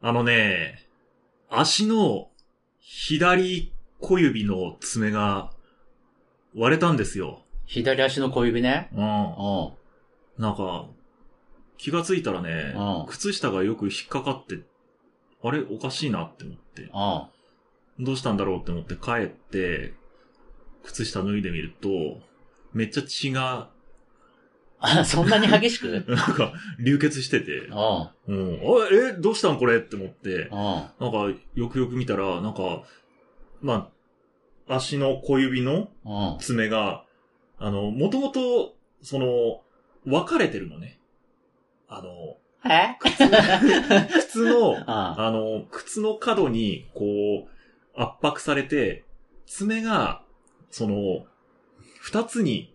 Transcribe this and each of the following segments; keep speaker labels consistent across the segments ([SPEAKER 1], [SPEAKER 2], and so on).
[SPEAKER 1] あのね、足の左小指の爪が割れたんですよ。
[SPEAKER 2] 左足の小指ね。
[SPEAKER 1] うん。
[SPEAKER 2] うん。
[SPEAKER 1] なんか、気がついたらね
[SPEAKER 2] うん、
[SPEAKER 1] 靴下がよく引っかかって、あれおかしいなって思って、
[SPEAKER 2] うん。
[SPEAKER 1] どうしたんだろうって思って帰って、靴下脱いでみると、めっちゃ血が、
[SPEAKER 2] あ、そんなに激しく
[SPEAKER 1] なんか、流血しててう
[SPEAKER 2] う、ん。
[SPEAKER 1] ん。あれえ、どうしたんこれって思って、
[SPEAKER 2] うん。
[SPEAKER 1] なんか、よくよく見たら、なんか、まあ、足の小指の
[SPEAKER 2] うん。
[SPEAKER 1] 爪が、あの、もともと、その、分かれてるのね。あの、
[SPEAKER 2] え
[SPEAKER 1] 靴 の、
[SPEAKER 2] あ
[SPEAKER 1] あの、靴の角に、こう、圧迫されて、爪が、その、二つに、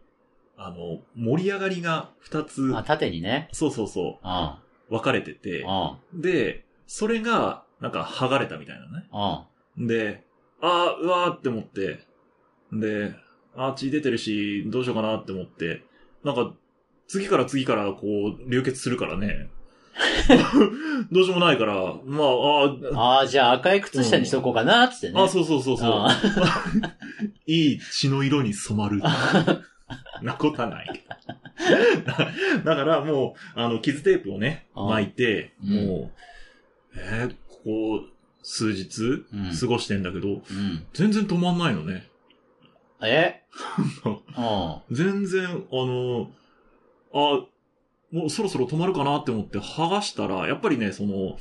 [SPEAKER 1] あの、盛り上がりが二つ、
[SPEAKER 2] あ、縦にね。
[SPEAKER 1] そうそうそ
[SPEAKER 2] うん。うん。
[SPEAKER 1] う、分かれてて
[SPEAKER 2] う、ん。
[SPEAKER 1] で、それが、なんか剥がれたみたいなね。
[SPEAKER 2] うん。
[SPEAKER 1] で、あーうわーって思って、で、あー血出てるし、どうしようかなって思って、なんか、次から次からこう、流血するからね。 どうしようもないから、まあ、あー
[SPEAKER 2] ああ、じゃあ赤い靴下にしとこうかな、つってね。
[SPEAKER 1] あ、そうそうそうそう
[SPEAKER 2] あ。
[SPEAKER 1] いい血の色に染ま る。なことはない けど。だだからもう、あの、傷テープをね、
[SPEAKER 2] あ
[SPEAKER 1] 巻いて、
[SPEAKER 2] うん
[SPEAKER 1] もう、えーここ、数日、
[SPEAKER 2] うん
[SPEAKER 1] 過ごしてんだけど、
[SPEAKER 2] うん。
[SPEAKER 1] 全然止まんないのね。
[SPEAKER 2] えうん。
[SPEAKER 1] 全然、あの、あ、もうそろそろ止まるかなって思って剥がしたら、やっぱりね、その、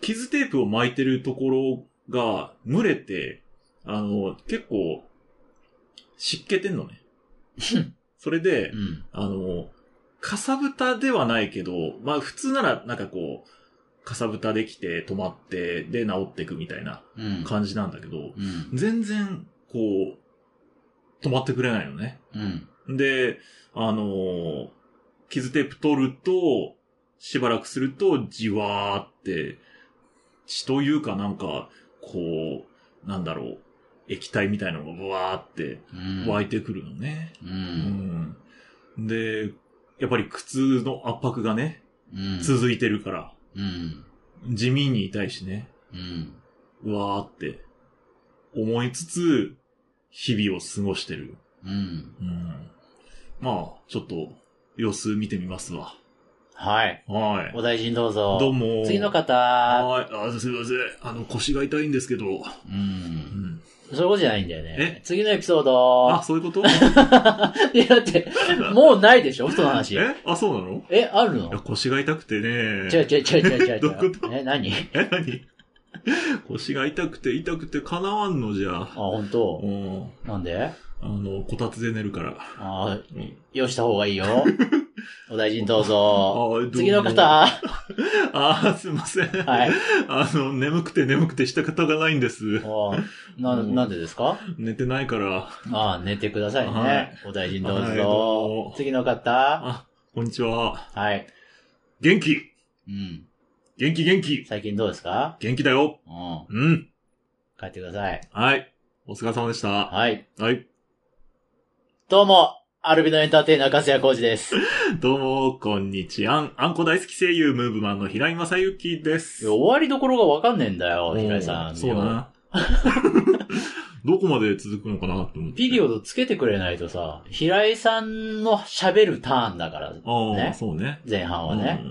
[SPEAKER 1] 傷テープを巻いてるところが蒸れて、あの、結構、湿気てんの ね。それで
[SPEAKER 2] う、ん。
[SPEAKER 1] あの、かさぶたではないけど、まあ普通ならなんかこう、かさぶたできて止まって、で治っていくみたいな
[SPEAKER 2] うん。
[SPEAKER 1] 感じなんだけど、
[SPEAKER 2] うん。
[SPEAKER 1] 全然、こう、止まってくれないのね。
[SPEAKER 2] うん。
[SPEAKER 1] で、あのー傷テープ取ると、しばらくすると、じわーって、血というかなんか、こう、なんだろう、液体みたいなのがブわーって
[SPEAKER 2] うん。
[SPEAKER 1] 湧いてくるのね。
[SPEAKER 2] う。
[SPEAKER 1] うんん。で、やっぱり苦痛の圧迫がね、
[SPEAKER 2] うん。
[SPEAKER 1] 続いてるから、
[SPEAKER 2] うん。
[SPEAKER 1] 地味に痛いしね、
[SPEAKER 2] うん。
[SPEAKER 1] うわーって、思いつつ、日々を過ごしてる。
[SPEAKER 2] うん。
[SPEAKER 1] うんまあ、ちょっと、様子見てみますわ。
[SPEAKER 2] はい。
[SPEAKER 1] はい。
[SPEAKER 2] お大事にどうぞ。
[SPEAKER 1] どうも。
[SPEAKER 2] 次の方。
[SPEAKER 1] はい。あ、すいません。あの、腰が痛いんですけど。う
[SPEAKER 2] うん。
[SPEAKER 1] ん。
[SPEAKER 2] そういうことじゃないんだよね
[SPEAKER 1] え。
[SPEAKER 2] 次のエピソード。
[SPEAKER 1] あ、そういうこと
[SPEAKER 2] いや、だって、もうないでしょその話。
[SPEAKER 1] えあ、そうなの
[SPEAKER 2] え、あるの
[SPEAKER 1] いや、腰が痛くてね。
[SPEAKER 2] 違う違う違う違う違 う。
[SPEAKER 1] どういうこ
[SPEAKER 2] え、何あ、
[SPEAKER 1] え、何 腰が痛くて痛くて叶わんのじゃ。
[SPEAKER 2] 本
[SPEAKER 1] う
[SPEAKER 2] 当。
[SPEAKER 1] ん。
[SPEAKER 2] なんで
[SPEAKER 1] あの、こたつで寝るから。
[SPEAKER 2] あ
[SPEAKER 1] うん
[SPEAKER 2] 用意した方がいいよ。 お大事にどう
[SPEAKER 1] あ
[SPEAKER 2] ぞ。
[SPEAKER 1] どうも
[SPEAKER 2] 次の方。
[SPEAKER 1] あ、すいません。
[SPEAKER 2] はい。
[SPEAKER 1] あの、眠くて眠くて仕方がないんです。
[SPEAKER 2] おな、
[SPEAKER 1] うん
[SPEAKER 2] なんでですか
[SPEAKER 1] 寝てないから。
[SPEAKER 2] ああ、寝てくださいね。
[SPEAKER 1] はい
[SPEAKER 2] お大事にどうぞ。
[SPEAKER 1] はいどうも
[SPEAKER 2] 次の方。
[SPEAKER 1] あ、こんにちは。
[SPEAKER 2] はい。
[SPEAKER 1] 元気
[SPEAKER 2] うん。
[SPEAKER 1] 元気元気
[SPEAKER 2] 最近どうですか
[SPEAKER 1] 元気だよ
[SPEAKER 2] うん。
[SPEAKER 1] うん
[SPEAKER 2] 帰ってください。
[SPEAKER 1] はい。お疲れ様でした。
[SPEAKER 2] はい。
[SPEAKER 1] はい。
[SPEAKER 2] どうも、アルビノエンターテイナー、粕谷浩二です。
[SPEAKER 1] どうも、こんにちは。あんこ大好き声優、ムーブマンの平井正幸です。
[SPEAKER 2] いや終わりどころがわかんねえんだよ、
[SPEAKER 1] うん
[SPEAKER 2] 平井さん。
[SPEAKER 1] そうだな。どこまで続くのかなと思って。
[SPEAKER 2] ピリオドつけてくれないとさ、平井さんの喋るターンだから、
[SPEAKER 1] ああ、
[SPEAKER 2] ね
[SPEAKER 1] そうね。
[SPEAKER 2] 前半はね。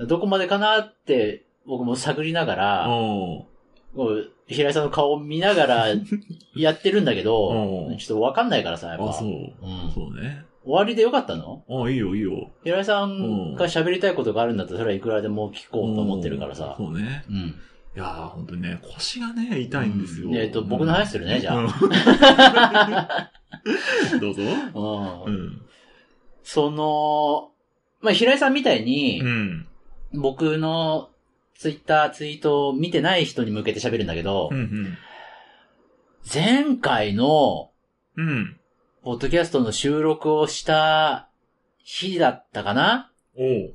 [SPEAKER 2] どこまでかなって、僕も探りなが
[SPEAKER 1] うん。
[SPEAKER 2] ら、こう平井さんの顔を見ながら やってるんだけど
[SPEAKER 1] う、ん
[SPEAKER 2] ちょっとわかんないからさ、やっ
[SPEAKER 1] ああ、
[SPEAKER 2] ぱ。
[SPEAKER 1] そうう。
[SPEAKER 2] ん、終
[SPEAKER 1] そうね。
[SPEAKER 2] わりでよかったの
[SPEAKER 1] ああ、いいよ、いいよ。
[SPEAKER 2] 平井さんが喋りたいことがあるんだったら、それはいくらでも聞こうと思ってるからさ
[SPEAKER 1] う。んそうね。
[SPEAKER 2] うん。
[SPEAKER 1] いやー、ほんとにね、腰がね、痛いんですよ。
[SPEAKER 2] うんえっと、僕の話するね、じゃあ。
[SPEAKER 1] うん。どうぞ。
[SPEAKER 2] う。
[SPEAKER 1] うんん。
[SPEAKER 2] その、まあ、平井さんみたいに、
[SPEAKER 1] うん。
[SPEAKER 2] 僕のツイッター、ツイートを見てない人に向けて喋るんだけど、
[SPEAKER 1] うん。
[SPEAKER 2] 前回の、
[SPEAKER 1] うん。
[SPEAKER 2] ポッドキャストの収録をした日だったかな
[SPEAKER 1] おう。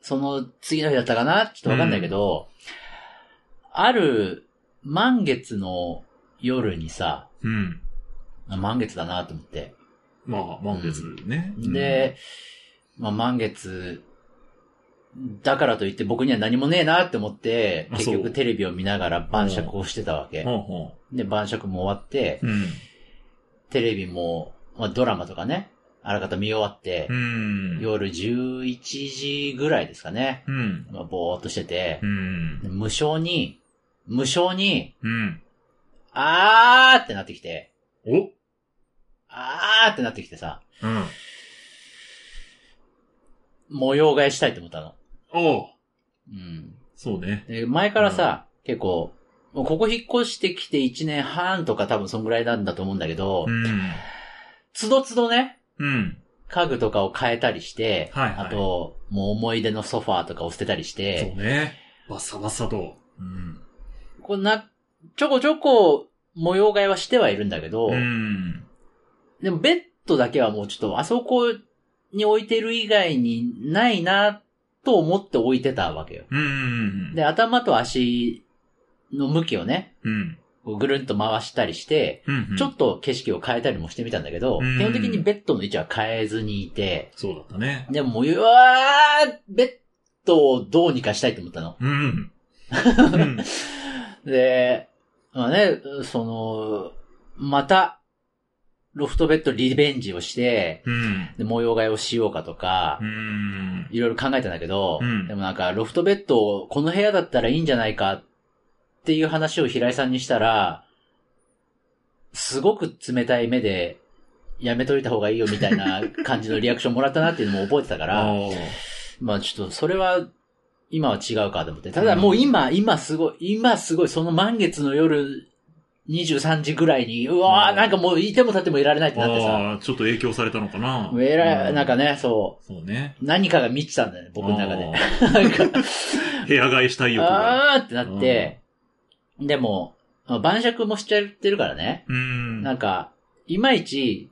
[SPEAKER 2] その次の日だったかなちょっとわかんないけど、ある満月の夜にさ、
[SPEAKER 1] うん。
[SPEAKER 2] あ満月だなと思って。
[SPEAKER 1] まあ、満月ね。うん
[SPEAKER 2] で、まあ、満月だからといって僕には何もねえなって思って、
[SPEAKER 1] あそう
[SPEAKER 2] 結局テレビを見ながら晩酌をしてたわけ。
[SPEAKER 1] ほんほ
[SPEAKER 2] で、晩酌も終わって、
[SPEAKER 1] ん。うん。
[SPEAKER 2] テレビも、まあ、ドラマとかね、あらかた見終わって
[SPEAKER 1] う、ん。
[SPEAKER 2] 夜11時ぐらいですかね、
[SPEAKER 1] うん。
[SPEAKER 2] まあ、ぼーっとしてて
[SPEAKER 1] う、ん。
[SPEAKER 2] 無償に、無償に、
[SPEAKER 1] うん。
[SPEAKER 2] あーってなってきて、
[SPEAKER 1] お
[SPEAKER 2] あーってなってきてさ、
[SPEAKER 1] うん。
[SPEAKER 2] 模様替えしたいと思ったの。
[SPEAKER 1] おう
[SPEAKER 2] うん。
[SPEAKER 1] そうね。
[SPEAKER 2] で前からさ、結構、もうここ引っ越してきて1年半とか多分そんぐらいなんだと思うんだけど、
[SPEAKER 1] うん。
[SPEAKER 2] つどつどね、
[SPEAKER 1] うん。
[SPEAKER 2] 家具とかを変えたりして、
[SPEAKER 1] はいはい
[SPEAKER 2] あと、もう思い出のソファーとかを捨てたりし
[SPEAKER 1] そう
[SPEAKER 2] て、
[SPEAKER 1] ね。バッサバッサと。うん。
[SPEAKER 2] こんな、ちょこちょこ模様替えはしてはいるんだけど、
[SPEAKER 1] うん。
[SPEAKER 2] でもベッドだけはもうちょっとあそこに置いてる以外にないなと思って置いてたわけよ。
[SPEAKER 1] うん。
[SPEAKER 2] で、頭と足の向きをね、
[SPEAKER 1] うん。
[SPEAKER 2] こうぐるんと回したりして、
[SPEAKER 1] うん。
[SPEAKER 2] ちょっと景色を変えたりもしてみたんだけど、
[SPEAKER 1] うん
[SPEAKER 2] 基本的にベッドの位置は変えずにいて、
[SPEAKER 1] そうだったね。
[SPEAKER 2] でももう、うわーベッドをどうにかしたいと思ったの。
[SPEAKER 1] うん。うん。
[SPEAKER 2] で、まあね、その、また、ロフトベッドリベンジをして、
[SPEAKER 1] うん。
[SPEAKER 2] で模様替えをしようかとか
[SPEAKER 1] う、ん。
[SPEAKER 2] いろいろ考えたんだけど、
[SPEAKER 1] うん
[SPEAKER 2] でもなんか、ロフトベッドをこの部屋だったらいいんじゃないかっていう話を平井さんにしたら、すごく冷たい目で、やめといた方がいいよみたいな感じのリアクションもらったなっていうのも覚えて たから、
[SPEAKER 1] おー
[SPEAKER 2] まあちょっとそれは、今は違うかと思って。ただもう今、今すごい、今すごい、その満月の夜23時ぐらいに、うわ
[SPEAKER 1] う
[SPEAKER 2] ー
[SPEAKER 1] ん
[SPEAKER 2] なんかもういても立ってもいられないってなってさ、
[SPEAKER 1] ああ、ちょっと影響されたのかな。
[SPEAKER 2] えらい、なんか
[SPEAKER 1] ね。
[SPEAKER 2] ね、そ
[SPEAKER 1] そうね。
[SPEAKER 2] う、何かが満ちたんだよね、僕の中で。
[SPEAKER 1] あ
[SPEAKER 2] なんか、
[SPEAKER 1] ー。部屋替えしたい欲が。
[SPEAKER 2] あーってなって、でも、まあ晩酌もしちゃってるからね。
[SPEAKER 1] うん。
[SPEAKER 2] な
[SPEAKER 1] はい
[SPEAKER 2] んか、いまいち、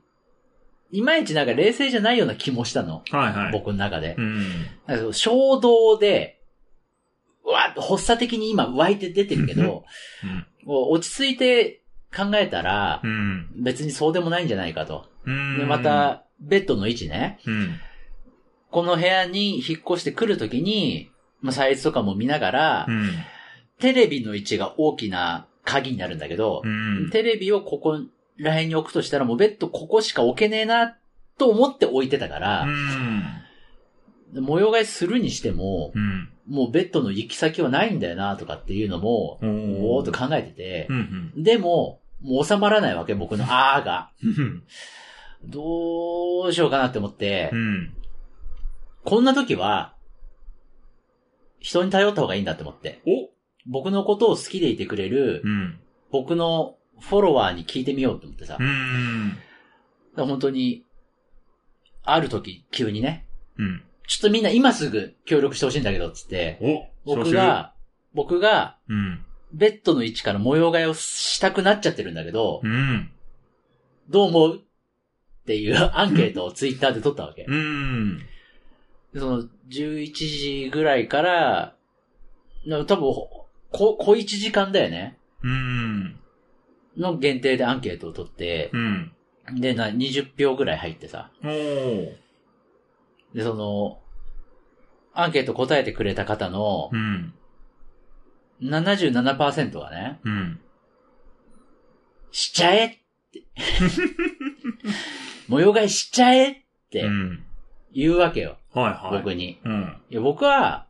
[SPEAKER 2] いまいちなんか冷静じゃないような気もしたの。
[SPEAKER 1] はい。
[SPEAKER 2] 僕の中で
[SPEAKER 1] う。ん。
[SPEAKER 2] なんかその衝動で、うわっと発作的に今湧いて出てるけど、こう落ち着いて考えたら
[SPEAKER 1] う、ん。
[SPEAKER 2] 別にそうでもないんじゃないかと。
[SPEAKER 1] うん。
[SPEAKER 2] で、ま、た、ベッドの位置ね。
[SPEAKER 1] うん。
[SPEAKER 2] この部屋に引っ越してくるときに、まあ、サイズとかも見ながら
[SPEAKER 1] う、ん。
[SPEAKER 2] テレビの位置が大きな鍵になるんだけど
[SPEAKER 1] う、ん。
[SPEAKER 2] テレビをここら辺に置くとしたらもうベッドここしか置けねえなと思って置いてたから、模様替えするにしても、
[SPEAKER 1] うん。
[SPEAKER 2] もうベッドの行き先はないんだよなとかっていうのも、
[SPEAKER 1] うん。
[SPEAKER 2] ぼーっと考えてて
[SPEAKER 1] う、ん。
[SPEAKER 2] でも、もう収まらないわけ、僕のあーが。
[SPEAKER 1] うん。
[SPEAKER 2] どうしようかなって思って
[SPEAKER 1] う、ん。
[SPEAKER 2] こんな時は、人に頼った方がいいんだって思って。
[SPEAKER 1] お
[SPEAKER 2] 僕のことを好きでいてくれる
[SPEAKER 1] う、ん。
[SPEAKER 2] 僕のフォロワーに聞いてみようって思ってさ
[SPEAKER 1] う、ん。
[SPEAKER 2] だから本当に、ある時、急にね、
[SPEAKER 1] うん。
[SPEAKER 2] ちょっとみんな今すぐ協力してほしいんだけど、つって、
[SPEAKER 1] お
[SPEAKER 2] 僕、が、僕が、
[SPEAKER 1] 招集うん。
[SPEAKER 2] ベッドの位置から模様替えをしたくなっちゃってるんだけど、
[SPEAKER 1] うん。
[SPEAKER 2] どう思うっていう アンケートをツイッターで取ったわけ。
[SPEAKER 1] うん。
[SPEAKER 2] でその、11時ぐらいから、な多分、こ、小1時間だよね。
[SPEAKER 1] うん。
[SPEAKER 2] の限定でアンケートを取って
[SPEAKER 1] う、ん。
[SPEAKER 2] で、な、20票ぐらい入ってさ、
[SPEAKER 1] おー。
[SPEAKER 2] で、その、アンケート答えてくれた方の
[SPEAKER 1] うん。
[SPEAKER 2] 77%がね、
[SPEAKER 1] うん。
[SPEAKER 2] しちゃえって。 模様替えしちゃえっ
[SPEAKER 1] う
[SPEAKER 2] て
[SPEAKER 1] ん。
[SPEAKER 2] 言うわけよ、
[SPEAKER 1] はいはい。
[SPEAKER 2] 僕に。
[SPEAKER 1] うん。
[SPEAKER 2] いや僕は、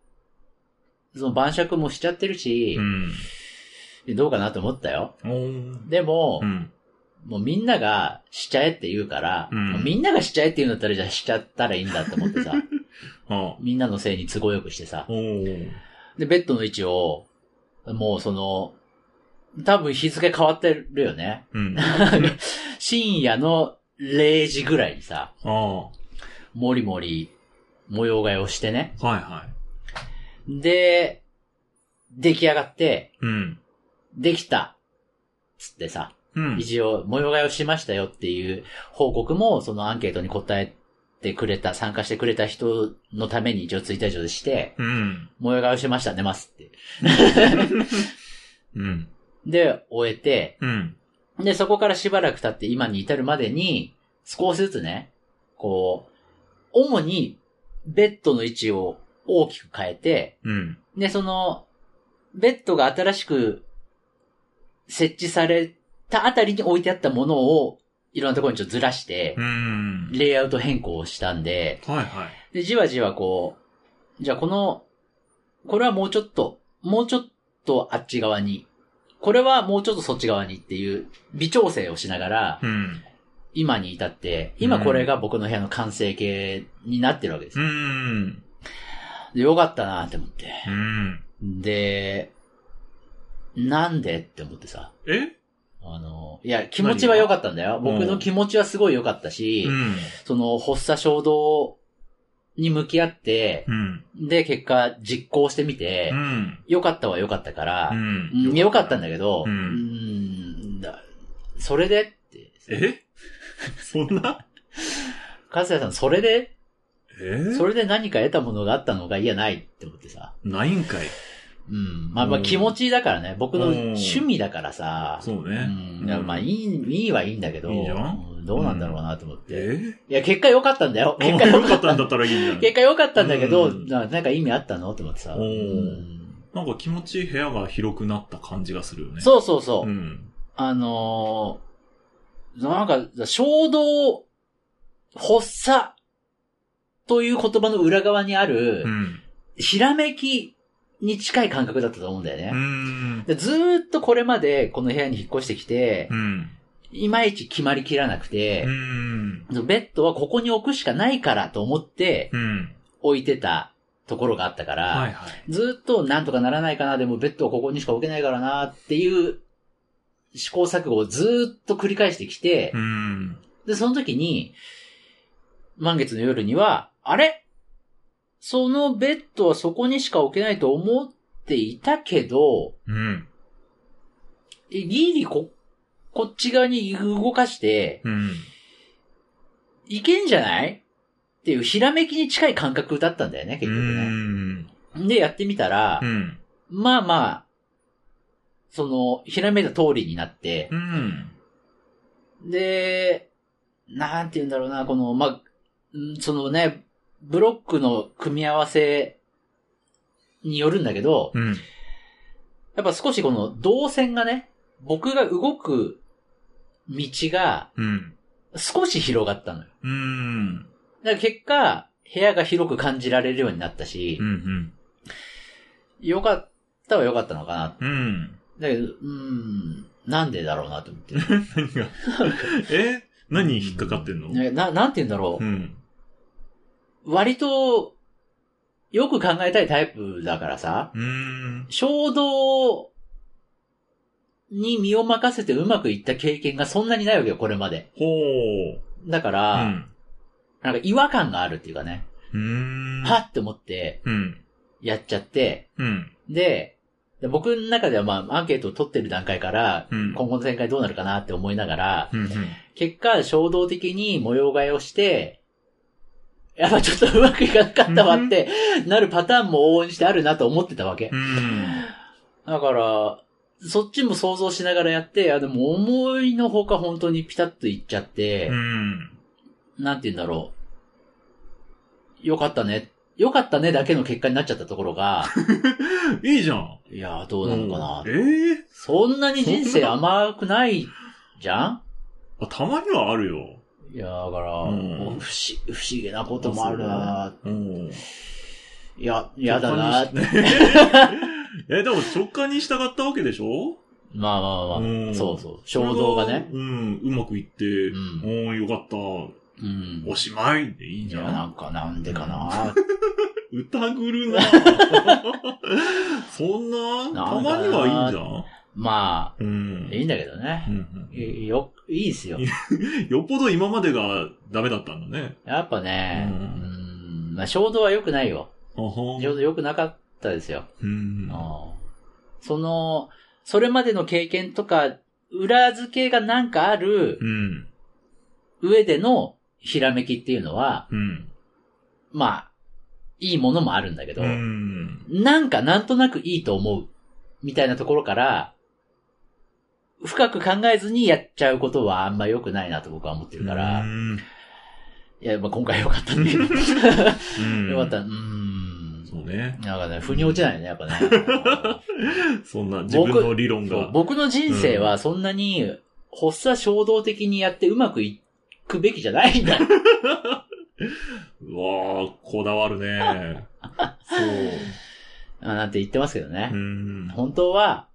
[SPEAKER 2] その晩酌もしちゃってるし
[SPEAKER 1] う、ん。
[SPEAKER 2] どうかなと思ったよ。
[SPEAKER 1] おー。
[SPEAKER 2] でも、
[SPEAKER 1] うん。
[SPEAKER 2] もうみんながしちゃえって言うから、
[SPEAKER 1] うん
[SPEAKER 2] もうみんながしちゃえって言うんだったらじゃあしちゃったらいいんだと思 ってさ、
[SPEAKER 1] あ
[SPEAKER 2] みんなのせいに都合よくしてさ
[SPEAKER 1] お、ー。
[SPEAKER 2] で、ベッドの位置を、もうその、多分日付変わってるよね。
[SPEAKER 1] うん。
[SPEAKER 2] 深夜の0時ぐらいにさ、
[SPEAKER 1] ああ。は
[SPEAKER 2] もりもり模様替えをしてね。
[SPEAKER 1] いは
[SPEAKER 2] で、出来上がって、
[SPEAKER 1] い。うん。
[SPEAKER 2] できたつってさ、
[SPEAKER 1] うん。
[SPEAKER 2] 一応模様替えをしましたよっていう報告も、そのアンケートに答えてくれた、参加してくれた人のために一応ツイッター上でして、
[SPEAKER 1] うん。
[SPEAKER 2] 模様替えをしました、寝ますって。
[SPEAKER 1] うん。
[SPEAKER 2] で、終えて、
[SPEAKER 1] うん。
[SPEAKER 2] で、そこからしばらく経って今に至るまでに、少しずつね、こう、主にベッドの位置を大きく変えて、
[SPEAKER 1] うん。
[SPEAKER 2] で、その、ベッドが新しく設置されたあたりに置いてあったものを、いろんなところにちょっとずらして
[SPEAKER 1] う、ん。
[SPEAKER 2] レイアウト変更をしたんで、
[SPEAKER 1] はいはい。
[SPEAKER 2] で、じわじわこう、じゃあこの、これはもうちょっと、もうちょっとあっち側に、これはもうちょっとそっち側にっていう微調整をしながら、
[SPEAKER 1] うん。
[SPEAKER 2] 今に至って、今これが僕の部屋の完成形になってるわけです
[SPEAKER 1] う。ん。
[SPEAKER 2] でよかったなって思って。
[SPEAKER 1] うん。
[SPEAKER 2] で、なんでって思ってさ。
[SPEAKER 1] え
[SPEAKER 2] あの、いや、気持ちは良かったんだよ。
[SPEAKER 1] 何が
[SPEAKER 2] 僕の気持ちはすごい良かったし、
[SPEAKER 1] うん。
[SPEAKER 2] その発作衝動に向き合って
[SPEAKER 1] う、ん。
[SPEAKER 2] で、結果実行してみて
[SPEAKER 1] う、ん。
[SPEAKER 2] 良かったは良かったから、
[SPEAKER 1] う。
[SPEAKER 2] うんん良かったんだけど、
[SPEAKER 1] うん
[SPEAKER 2] うんだそれでって、
[SPEAKER 1] えそんな
[SPEAKER 2] かすやさん、それで、
[SPEAKER 1] え
[SPEAKER 2] それで何か得たものがあったのが嫌ないって思ってさ。
[SPEAKER 1] ないんかい。
[SPEAKER 2] うん。まあ
[SPEAKER 1] う
[SPEAKER 2] まあ
[SPEAKER 1] ん
[SPEAKER 2] 気持ちだからね。僕の
[SPEAKER 1] うん
[SPEAKER 2] 趣味だからさ。
[SPEAKER 1] そう
[SPEAKER 2] う
[SPEAKER 1] ね。
[SPEAKER 2] ん。いやまあいい、いいはいいんだけど。
[SPEAKER 1] いいじゃん
[SPEAKER 2] うんどうなんだろうなと思って。
[SPEAKER 1] え
[SPEAKER 2] いや、結果良かったんだよ。
[SPEAKER 1] 結
[SPEAKER 2] 結
[SPEAKER 1] 果
[SPEAKER 2] 果
[SPEAKER 1] 良
[SPEAKER 2] 良
[SPEAKER 1] か
[SPEAKER 2] か
[SPEAKER 1] っ
[SPEAKER 2] った た
[SPEAKER 1] んだったらいいんだ
[SPEAKER 2] 結
[SPEAKER 1] よ。
[SPEAKER 2] 果良かったんだけ
[SPEAKER 1] う
[SPEAKER 2] ど、
[SPEAKER 1] ん
[SPEAKER 2] ななんか意味あったのって思ってさ。
[SPEAKER 1] おー
[SPEAKER 2] うん
[SPEAKER 1] なんか気持ちいい部屋が広くなった感じがするよね。
[SPEAKER 2] そうそうそう。
[SPEAKER 1] うん。
[SPEAKER 2] あのー、なんか、衝動、発作という言葉の裏側にある、
[SPEAKER 1] うん。
[SPEAKER 2] ひらめきに近い感覚だったと思うんだよ
[SPEAKER 1] う
[SPEAKER 2] ね。
[SPEAKER 1] ん。
[SPEAKER 2] でずーっとこれまでこの部屋に引っ越してきて
[SPEAKER 1] う、ん。
[SPEAKER 2] いまいち決まりきらなくて
[SPEAKER 1] う、ん。
[SPEAKER 2] ベッドはここに置くしかないからと思って
[SPEAKER 1] うん。
[SPEAKER 2] 置いてたところがあったから、
[SPEAKER 1] はいはい。
[SPEAKER 2] ずーっとなんとかならないかな、でもベッドはここにしか置けないからなっていう試行錯誤をずーっと繰り返してきて
[SPEAKER 1] う、ん。
[SPEAKER 2] で、その時に、満月の夜には、あれそのベッドはそこにしか置けないと思っていたけど、
[SPEAKER 1] うん。
[SPEAKER 2] えギリこ、こっち側に動かして、
[SPEAKER 1] うん。
[SPEAKER 2] いけんじゃないっていうひらめきに近い感覚だったんだよね、
[SPEAKER 1] う
[SPEAKER 2] 結局ね。
[SPEAKER 1] ん。
[SPEAKER 2] で、やってみたら、
[SPEAKER 1] うん。
[SPEAKER 2] まあまあ、その、ひらめいた通りになって、
[SPEAKER 1] うん。
[SPEAKER 2] で、なんて言うんだろうな、この、まあ、うんそのね、ブロックの組み合わせによるんだけど、
[SPEAKER 1] うん。
[SPEAKER 2] やっぱ少しこの動線がね、僕が動く道が
[SPEAKER 1] うん。
[SPEAKER 2] 少し広がったのよ。
[SPEAKER 1] うん。
[SPEAKER 2] だから結果、部屋が広く感じられるようになったし
[SPEAKER 1] う、ん。
[SPEAKER 2] 良かったは良かったのかな。
[SPEAKER 1] うん。
[SPEAKER 2] だけど、うーん、なんでだろうなと思って。
[SPEAKER 1] 何がえ 何に引っかかってんの
[SPEAKER 2] ねな、なんて言うんだろう
[SPEAKER 1] う。ん。
[SPEAKER 2] 割と、よく考えたいタイプだからさ、
[SPEAKER 1] うん。
[SPEAKER 2] 衝動に身を任せてうまくいった経験がそんなにないわけよ、これまで。
[SPEAKER 1] ほう。
[SPEAKER 2] だか
[SPEAKER 1] う
[SPEAKER 2] ら、
[SPEAKER 1] ん。
[SPEAKER 2] なんか違和感があるっていうかね、
[SPEAKER 1] うん。
[SPEAKER 2] はって思って
[SPEAKER 1] うん。
[SPEAKER 2] やっちゃって、
[SPEAKER 1] うん。
[SPEAKER 2] で、で僕の中ではまあアンケートを取ってる段階から、
[SPEAKER 1] うん。
[SPEAKER 2] 今後の展開どうなるかなって思いながら、
[SPEAKER 1] うん。
[SPEAKER 2] 結果衝動的に模様替えをして、やっぱちょっとうまくいかなかったわって、なるパターンも往々にしてあるなと思ってたわけ
[SPEAKER 1] う。ん。
[SPEAKER 2] だから、そっちも想像しながらやって、あ、でも思いのほか本当にピタッといっちゃって
[SPEAKER 1] う、ん。
[SPEAKER 2] なんて言うんだろう。よかったね。よかったねだけの結果になっちゃったとこ ろが、
[SPEAKER 1] いいじゃん。
[SPEAKER 2] いやー、どうなのかな
[SPEAKER 1] うん。ええ
[SPEAKER 2] そんなに人生甘くないじゃん
[SPEAKER 1] あたまにはあるよ。
[SPEAKER 2] いやー、だから、
[SPEAKER 1] うん
[SPEAKER 2] 不思不思議なこともあるな
[SPEAKER 1] そううん。
[SPEAKER 2] ーいや、嫌だなーって。
[SPEAKER 1] え、でも直感に従ったわけでしょ
[SPEAKER 2] まあまあまあ、
[SPEAKER 1] うん
[SPEAKER 2] そうそう。衝動がね。
[SPEAKER 1] うん、うまくいって、
[SPEAKER 2] う
[SPEAKER 1] うん、よかった、
[SPEAKER 2] うん。
[SPEAKER 1] おしまいでいいん
[SPEAKER 2] い
[SPEAKER 1] じ
[SPEAKER 2] や、
[SPEAKER 1] ゃ
[SPEAKER 2] な
[SPEAKER 1] なん
[SPEAKER 2] かなんでかなーって
[SPEAKER 1] い疑るなそんな
[SPEAKER 2] な
[SPEAKER 1] た
[SPEAKER 2] んかな
[SPEAKER 1] まにはいいんじゃん
[SPEAKER 2] ま
[SPEAKER 1] うん
[SPEAKER 2] あ、。いいんだけどね
[SPEAKER 1] う。んうん
[SPEAKER 2] いよ、いいっすよ。
[SPEAKER 1] よっぽど今までがダメだったんだね。
[SPEAKER 2] やっぱね、
[SPEAKER 1] う
[SPEAKER 2] うんん、まあ、衝動は良くないよ。
[SPEAKER 1] あはん
[SPEAKER 2] 衝動良くなかったですよ。
[SPEAKER 1] うん。
[SPEAKER 2] うんその、それまでの経験とか、裏付けがなんかある
[SPEAKER 1] うん。
[SPEAKER 2] 上でのひらめきっていうのは、
[SPEAKER 1] うん。
[SPEAKER 2] まあ、いいものもあるんだけど、
[SPEAKER 1] うん。
[SPEAKER 2] なんかなんとなくいいと思う、みたいなところから、深く考えずにやっちゃうことはあんま良くないなと僕は思ってるから、
[SPEAKER 1] うん。
[SPEAKER 2] いや、まあ、今回良かったんだけど。
[SPEAKER 1] うん
[SPEAKER 2] よかった。うーん。ん。
[SPEAKER 1] そうね。
[SPEAKER 2] なんかね、腑に落ちないよね、やっぱね。
[SPEAKER 1] そんな自分の理論
[SPEAKER 2] そう
[SPEAKER 1] が。
[SPEAKER 2] 僕の人生はそんなに、発作衝動的にやってうまくいくべきじゃない んだ。
[SPEAKER 1] うわあこだわるね。そ
[SPEAKER 2] あなんて言ってますけどね
[SPEAKER 1] う。う。ん。
[SPEAKER 2] 本当は、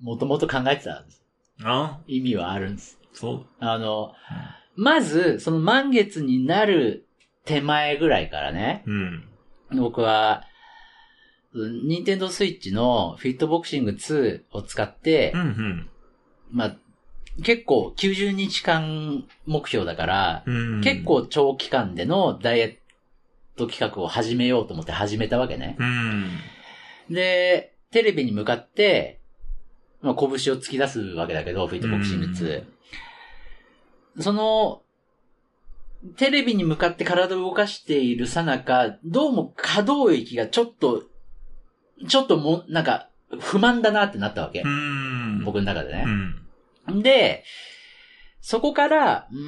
[SPEAKER 2] もともと考えてたんです。
[SPEAKER 1] あ
[SPEAKER 2] 意味はあるんです。
[SPEAKER 1] そう。
[SPEAKER 2] あの、まず、その満月になる手前ぐらいからね、
[SPEAKER 1] うん。
[SPEAKER 2] 僕は、ニンテンドースイッチのフィットボクシング2を使って
[SPEAKER 1] うん、、うん
[SPEAKER 2] まあ、結構90日間目標だから、
[SPEAKER 1] うん。
[SPEAKER 2] 結。構長期間でのダイエット企画を始めようと思って始めたわけね。
[SPEAKER 1] うん。
[SPEAKER 2] で、テレビに向かって、まあ、拳を突き出すわけだけど、フィットボクシング2。その、テレビに向かって体を動かしているさなか、どうも可動域がちょっと、ちょっとも、なんか、不満だなってなったわけ
[SPEAKER 1] う。ん。
[SPEAKER 2] 僕の中でね。
[SPEAKER 1] うん。
[SPEAKER 2] で、そこから、うー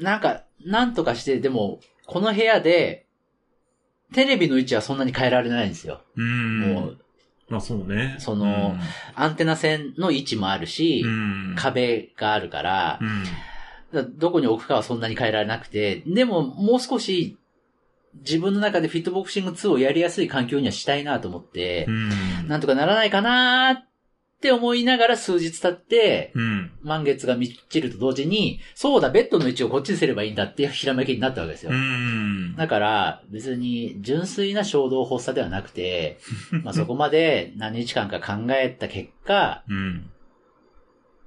[SPEAKER 2] んなんか、なんとかして、でも、この部屋で、テレビの位置はそんなに変えられないんですよ。
[SPEAKER 1] うん。
[SPEAKER 2] もう、
[SPEAKER 1] まあそうね。
[SPEAKER 2] その、アンテナ線の位置もあるし
[SPEAKER 1] う、ん。
[SPEAKER 2] 壁があるから
[SPEAKER 1] う、ん。
[SPEAKER 2] だからどこに置くかはそんなに変えられなくて、でも、もう少し、自分の中でフィットボクシング2をやりやすい環境にはしたいなと思って
[SPEAKER 1] う、ん。
[SPEAKER 2] なんとかならないかなーって思いながら数日経って、
[SPEAKER 1] うん。
[SPEAKER 2] 満月が満ちると同時に、そうだ、ベッドの位置をこっちにすればいいんだっていうひらめきになったわけですよ
[SPEAKER 1] う。ん。
[SPEAKER 2] だから、別に純粋な衝動発作ではなくて、 まあそこまで何日間か考えた結果、
[SPEAKER 1] うん。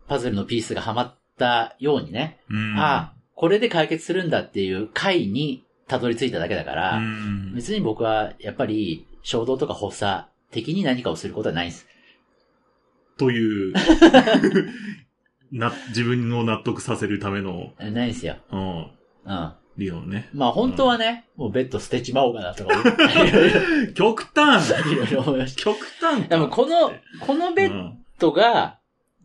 [SPEAKER 2] パズルのピースがはまったようにね、
[SPEAKER 1] うん。
[SPEAKER 2] ああ、これで解決するんだっていう回にたどり着いただけだから、
[SPEAKER 1] うん。
[SPEAKER 2] 別に僕はやっぱり衝動とか発作的に何かをすることはないんです。
[SPEAKER 1] という、な、 自分を納得させるための、
[SPEAKER 2] ないんですよ。
[SPEAKER 1] うん、
[SPEAKER 2] うん。
[SPEAKER 1] 理論ね。
[SPEAKER 2] まあ本当はね、もうベッド捨てちまおうかなとか思って、いろい ろ
[SPEAKER 1] 極端
[SPEAKER 2] いろいろ思いました。
[SPEAKER 1] 極端
[SPEAKER 2] でもこの、このベ
[SPEAKER 1] う
[SPEAKER 2] ッ
[SPEAKER 1] ん。
[SPEAKER 2] ドが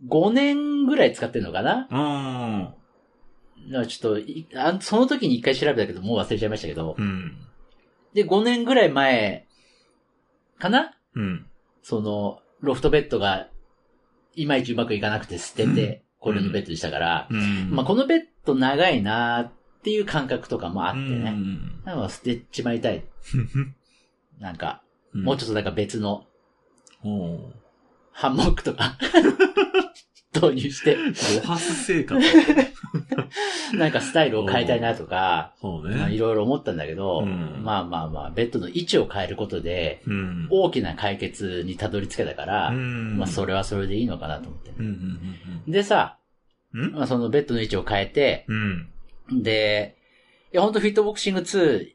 [SPEAKER 2] 5年ぐらい使ってるのかな
[SPEAKER 1] うん。
[SPEAKER 2] だからちょっといあ、その時に一回調べたけど、もう忘れちゃいましたけど。
[SPEAKER 1] うん。
[SPEAKER 2] で、5年ぐらい前、かな
[SPEAKER 1] うん。
[SPEAKER 2] その、ロフトベッドが、いまいちうまくいかなくて捨てて、これのベッドでしたから、
[SPEAKER 1] うん。
[SPEAKER 2] まあこのベッド長いなーっていう感覚とかもあって
[SPEAKER 1] う
[SPEAKER 2] ね。
[SPEAKER 1] ん
[SPEAKER 2] だから捨てちまいたい。なんか、もうちょっとなんか別の
[SPEAKER 1] うん。お
[SPEAKER 2] ハンモックとか 導入して、
[SPEAKER 1] ハス生活。
[SPEAKER 2] なんかスタイルを変えたいなとか、
[SPEAKER 1] そう
[SPEAKER 2] まあい
[SPEAKER 1] ね。
[SPEAKER 2] ろいろ思ったんだけど、
[SPEAKER 1] うん
[SPEAKER 2] まあまあまあ、ベッドの位置を変えることで、
[SPEAKER 1] うん。
[SPEAKER 2] 大きな解決にたどり着けたから、
[SPEAKER 1] うん。
[SPEAKER 2] まあそれはそれでいいのかなと思って。
[SPEAKER 1] うん。うん
[SPEAKER 2] でさ、
[SPEAKER 1] うん。うん。
[SPEAKER 2] まあそのベッドの位置を変えて、
[SPEAKER 1] うん。
[SPEAKER 2] で、いやほんとフィットボクシング2、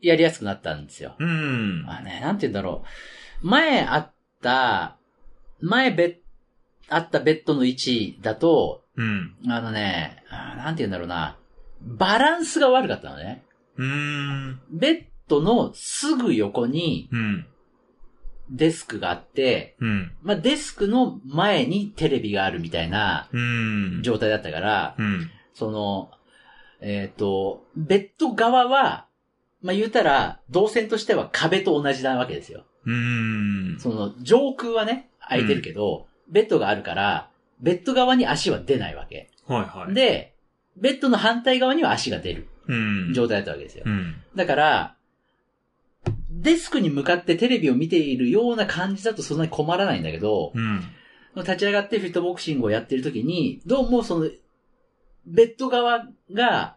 [SPEAKER 2] やりやすくなったんですよ。
[SPEAKER 1] うん。
[SPEAKER 2] まあね、なんて言うんだろう。前あった、前ベッ、あったベッドの位置だと、
[SPEAKER 1] うん。
[SPEAKER 2] あのね、あーなんて言うんだろうな。バランスが悪かったのね。
[SPEAKER 1] うん。
[SPEAKER 2] ベッドのすぐ横に
[SPEAKER 1] うん。
[SPEAKER 2] デスクがあって、
[SPEAKER 1] うん。
[SPEAKER 2] まあ、デスクの前にテレビがあるみたいな
[SPEAKER 1] うん。
[SPEAKER 2] 状態だったから、
[SPEAKER 1] うん。
[SPEAKER 2] その、えっ、と、ベッド側は、まあ、言うたら、動線としては壁と同じなわけですよ。
[SPEAKER 1] うん。
[SPEAKER 2] その、上空はね、空いてるけど、ベッドがあるから、ベッド側に足は出ないわけ。
[SPEAKER 1] はいはい。、
[SPEAKER 2] で、ベッドの反対側には足が出る
[SPEAKER 1] うん。
[SPEAKER 2] 状態だったわけですよ
[SPEAKER 1] う。ん。
[SPEAKER 2] だから、デスクに向かってテレビを見ているような感じだとそんなに困らないんだけど、
[SPEAKER 1] うん。
[SPEAKER 2] 立ち上がってフィットボクシングをやってる時に、どうもその、ベッド側が、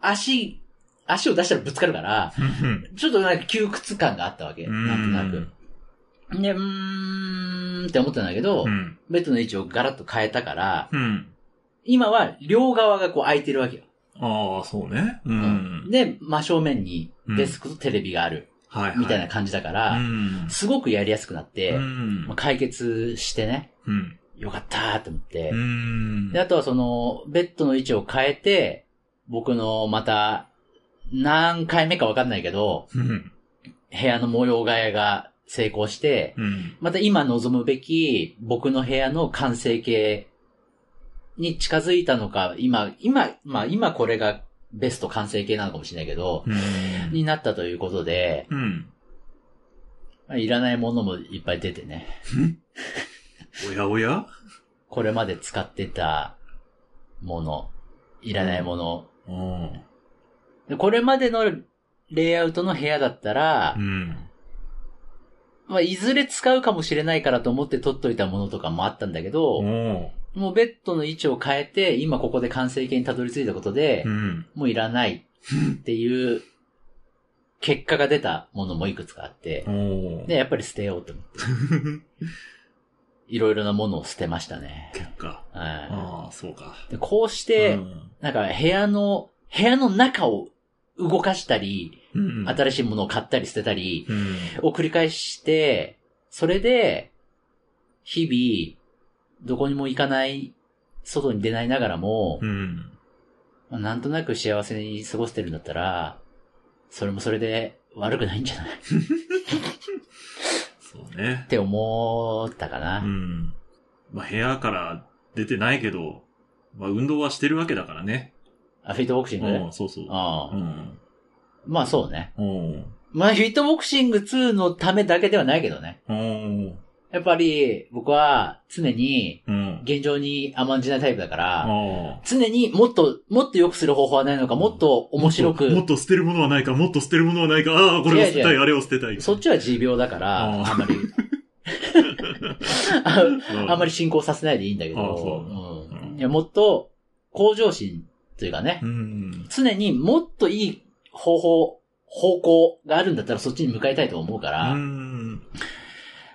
[SPEAKER 2] 足、足を出したらぶつかるから、
[SPEAKER 1] うん。
[SPEAKER 2] ちょっとなんか窮屈感があったわけ。なんとなく。で、うーんって思ったんだけど、
[SPEAKER 1] うん。
[SPEAKER 2] ベッドの位置をガラッと変えたから、
[SPEAKER 1] うん。
[SPEAKER 2] 今は両側がこう空いてるわけよ。
[SPEAKER 1] ああ、そうね。うん。
[SPEAKER 2] で、真正面にデスクとテレビがある、
[SPEAKER 1] はいはい。
[SPEAKER 2] みたいな感じだから、
[SPEAKER 1] うん。
[SPEAKER 2] すごくやりやすくなって、
[SPEAKER 1] うん
[SPEAKER 2] まあ、。解決してね、
[SPEAKER 1] うん。
[SPEAKER 2] よかったーって思って、
[SPEAKER 1] うん
[SPEAKER 2] で、。あとはその、ベッドの位置を変えて、僕のまた、何回目かわかんないけど、
[SPEAKER 1] うん。
[SPEAKER 2] 部屋の模様替えが成功して、
[SPEAKER 1] うん。
[SPEAKER 2] また今望むべき僕の部屋の完成形に近づいたのか、今、今、まあ今これがベスト完成形なのかもしれないけど、
[SPEAKER 1] うん。
[SPEAKER 2] になったということで、
[SPEAKER 1] うん。
[SPEAKER 2] まあいらないものもいっぱい出てね。
[SPEAKER 1] おやおや
[SPEAKER 2] これまで使ってたもの、いらないもの。
[SPEAKER 1] うん。
[SPEAKER 2] でこれまでのレイアウトの部屋だったら、
[SPEAKER 1] うん。
[SPEAKER 2] まあ、いずれ使うかもしれないからと思って取っといたものとかもあったんだけど、
[SPEAKER 1] お
[SPEAKER 2] もうベッドの位置を変えて、今ここで完成形にたどり着いたことで、
[SPEAKER 1] うん。
[SPEAKER 2] もういらないっていう結果が出たものもいくつかあって、
[SPEAKER 1] お
[SPEAKER 2] で、やっぱり捨てようと思って、いろいろなものを捨てましたね。
[SPEAKER 1] 結果。
[SPEAKER 2] は
[SPEAKER 1] ああ、そうか。
[SPEAKER 2] い。でこうして、
[SPEAKER 1] うん
[SPEAKER 2] なんか部屋の、部屋の中を動かしたり、
[SPEAKER 1] うん。
[SPEAKER 2] 新しいものを買ったり捨てたり、
[SPEAKER 1] うん。
[SPEAKER 2] を繰り返して、それで、日々、どこにも行かない、外に出ないながらも
[SPEAKER 1] う、ん。
[SPEAKER 2] まあなんとなく幸せに過ごしてるんだったら、それもそれで悪くないんじゃないっ
[SPEAKER 1] そうね。
[SPEAKER 2] て思ったかな。
[SPEAKER 1] うん。まあ、部屋から出てないけど、まあ、運動はしてるわけだからね。
[SPEAKER 2] あ、フィットボクシング、
[SPEAKER 1] うん、そうそう。
[SPEAKER 2] あ
[SPEAKER 1] う
[SPEAKER 2] あ
[SPEAKER 1] ん。
[SPEAKER 2] まあそうね。
[SPEAKER 1] うん。
[SPEAKER 2] まあフィットボクシング2のためだけではないけどね。
[SPEAKER 1] うん。
[SPEAKER 2] やっぱり僕は常に
[SPEAKER 1] うん。
[SPEAKER 2] 現状に甘んじないタイプだから、
[SPEAKER 1] ああ。
[SPEAKER 2] 常にもっと、もっと良くする方法はないのか、もっと面白く、
[SPEAKER 1] もっと捨てるものはないか、もっと捨てるものはないか、ああ、これを捨てたい、
[SPEAKER 2] 違う違う
[SPEAKER 1] あれを捨てたい。
[SPEAKER 2] そっちは持病だから、
[SPEAKER 1] あー
[SPEAKER 2] あんまり。あ
[SPEAKER 1] うん
[SPEAKER 2] あんまり進行させないでいいんだ
[SPEAKER 1] あ
[SPEAKER 2] け
[SPEAKER 1] ー
[SPEAKER 2] ど、
[SPEAKER 1] う
[SPEAKER 2] う、
[SPEAKER 1] うんん
[SPEAKER 2] いやもっと向上心というかね、
[SPEAKER 1] うん。
[SPEAKER 2] 常にもっといい方法、方向があるんだったらそっちに向かいたいと思うから、
[SPEAKER 1] うん。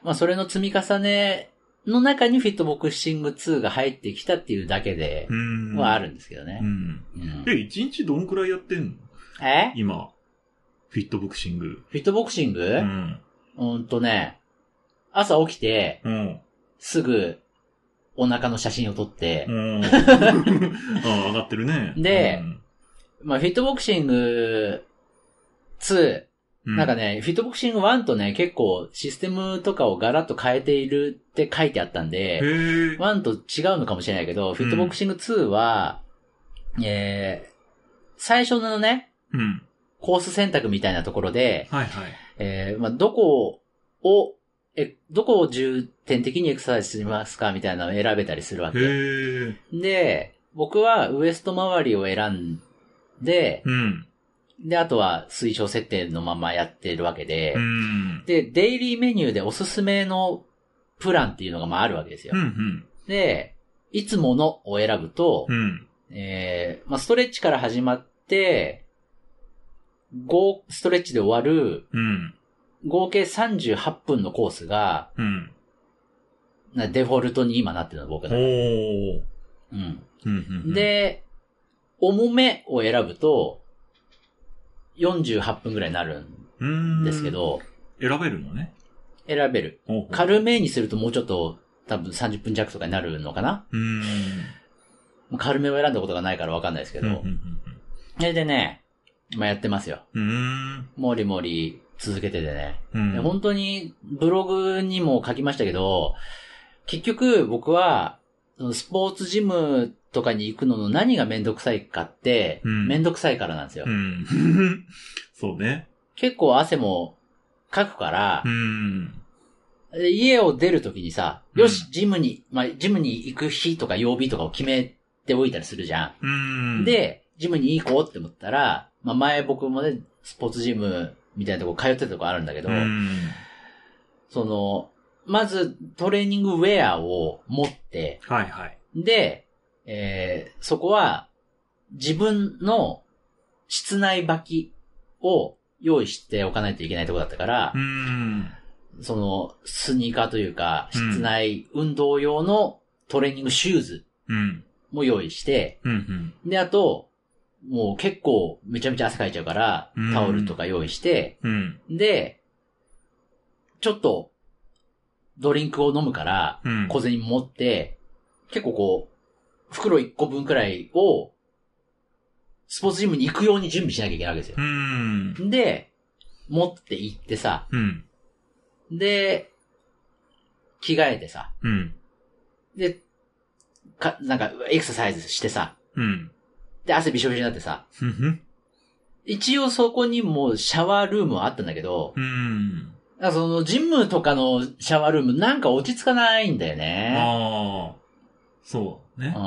[SPEAKER 2] まあそれの積み重ねの中にフィットボクシング2が入ってきたっていうだけで
[SPEAKER 1] う、ん。
[SPEAKER 2] はあるんですけど
[SPEAKER 1] う
[SPEAKER 2] ね。
[SPEAKER 1] ん。
[SPEAKER 2] うん
[SPEAKER 1] え、一日どんくらいやってんの
[SPEAKER 2] え
[SPEAKER 1] 今、フィットボクシング。
[SPEAKER 2] フィットボクシング、う、
[SPEAKER 1] うんん。
[SPEAKER 2] とね、朝起きて、
[SPEAKER 1] うん。
[SPEAKER 2] すぐお腹の写真を撮 って、
[SPEAKER 1] うん。ああ、上がってるね。
[SPEAKER 2] でまあ、フィットボクシング2、
[SPEAKER 1] うん、
[SPEAKER 2] なんかね、フィットボクシング1とね、結構システムとかをガラッと変えているって書いてあったん
[SPEAKER 1] うん、
[SPEAKER 2] で、
[SPEAKER 1] へえ。
[SPEAKER 2] 1と違うのかもしれないけど、フィットボクシング2は、えー、最初のね、
[SPEAKER 1] うん。
[SPEAKER 2] コース選択みたいなところで、
[SPEAKER 1] はいはい。
[SPEAKER 2] えー、まあ、どこを、え、どこを重点的にエクササイズしますかみたいなのを選べたりするわけ。
[SPEAKER 1] へえ。
[SPEAKER 2] で、僕はウエスト周りを選んで、
[SPEAKER 1] うん。
[SPEAKER 2] で、あとは推奨設定のままやってるわけで、
[SPEAKER 1] うん。
[SPEAKER 2] で、デイリーメニューでおすすめのプランっていうのがまああるわけですよ。
[SPEAKER 1] うん、うん。
[SPEAKER 2] で、いつものを選ぶと、
[SPEAKER 1] うん。
[SPEAKER 2] えー、まあストレッチから始まって、5ストレッチで終わる、
[SPEAKER 1] うん。
[SPEAKER 2] 合計38分のコースが、
[SPEAKER 1] うん。
[SPEAKER 2] なデフォルトに今なってるの僕
[SPEAKER 1] お
[SPEAKER 2] だ。
[SPEAKER 1] ー。
[SPEAKER 2] うん。
[SPEAKER 1] うん、うん。、
[SPEAKER 2] で、重めを選ぶと、48分ぐらいになるん
[SPEAKER 1] うん。
[SPEAKER 2] ですけ。ど、
[SPEAKER 1] 選べるのね。
[SPEAKER 2] 選べる。
[SPEAKER 1] ほうほう
[SPEAKER 2] 軽めにするともうちょっと、多分30分弱とかになるのかな
[SPEAKER 1] うん。
[SPEAKER 2] もう軽めを選んだことがないからわかんないですけ
[SPEAKER 1] うん。う
[SPEAKER 2] ど。
[SPEAKER 1] ん
[SPEAKER 2] それでね、まあやってますよ。
[SPEAKER 1] うん。うん。
[SPEAKER 2] もりもり続けててね。
[SPEAKER 1] うん。
[SPEAKER 2] で本当に、ブログにも書きましたけど、結局僕は、そのスポーツジムとかに行くのの何がめんどくさいかって、
[SPEAKER 1] うん
[SPEAKER 2] めんどくさいからなんですよ
[SPEAKER 1] う。ん。そうね。
[SPEAKER 2] 結構汗もかくから
[SPEAKER 1] う、ん。
[SPEAKER 2] で家を出るときにさ、
[SPEAKER 1] うん
[SPEAKER 2] よし、ジムに、まあ、ジムに行く日とか曜日とかを決めておいたりするじゃ
[SPEAKER 1] うん
[SPEAKER 2] ん。、で、ジムに行こうって思ったら、まあ、前僕もね、スポーツジムみたいなとこ通ってたとこあるんだけど、
[SPEAKER 1] うん。
[SPEAKER 2] その、まずトレーニングウェアを持って、
[SPEAKER 1] はいはい。
[SPEAKER 2] で、えー、そこは自分の室内履きを用意しておかないといけないとこだったから
[SPEAKER 1] う、ん。
[SPEAKER 2] その、スニーカーというか、
[SPEAKER 1] うん
[SPEAKER 2] 室内運動用のトレーニングシューズ
[SPEAKER 1] うん。
[SPEAKER 2] も用意して、
[SPEAKER 1] うん。うん。
[SPEAKER 2] で、あと、もう結構めちゃめちゃ汗かいちゃうから
[SPEAKER 1] う、ん
[SPEAKER 2] タオルとか用意して、
[SPEAKER 1] うん。
[SPEAKER 2] で、ちょっと、ドリンクを飲むから、
[SPEAKER 1] うん。
[SPEAKER 2] 小銭持って、結構こう、袋1個分くらいを、スポーツジムに行くように準備しなきゃいけないわけです
[SPEAKER 1] う
[SPEAKER 2] よ。
[SPEAKER 1] ん。
[SPEAKER 2] で、持って行ってさ、
[SPEAKER 1] うん。
[SPEAKER 2] で、着替えてさ、
[SPEAKER 1] うん。
[SPEAKER 2] で、か、なんか、エクササイズしてさ、
[SPEAKER 1] うん。
[SPEAKER 2] で、汗びしょびしょになってさ、
[SPEAKER 1] うん。
[SPEAKER 2] 一応そこにもうシャワールームはあったんだけど、
[SPEAKER 1] うん。
[SPEAKER 2] らその、ジムとかのシャワールーム、なんか落ち着かないんだよね。
[SPEAKER 1] ああ。そうね。う
[SPEAKER 2] うん。
[SPEAKER 1] ん。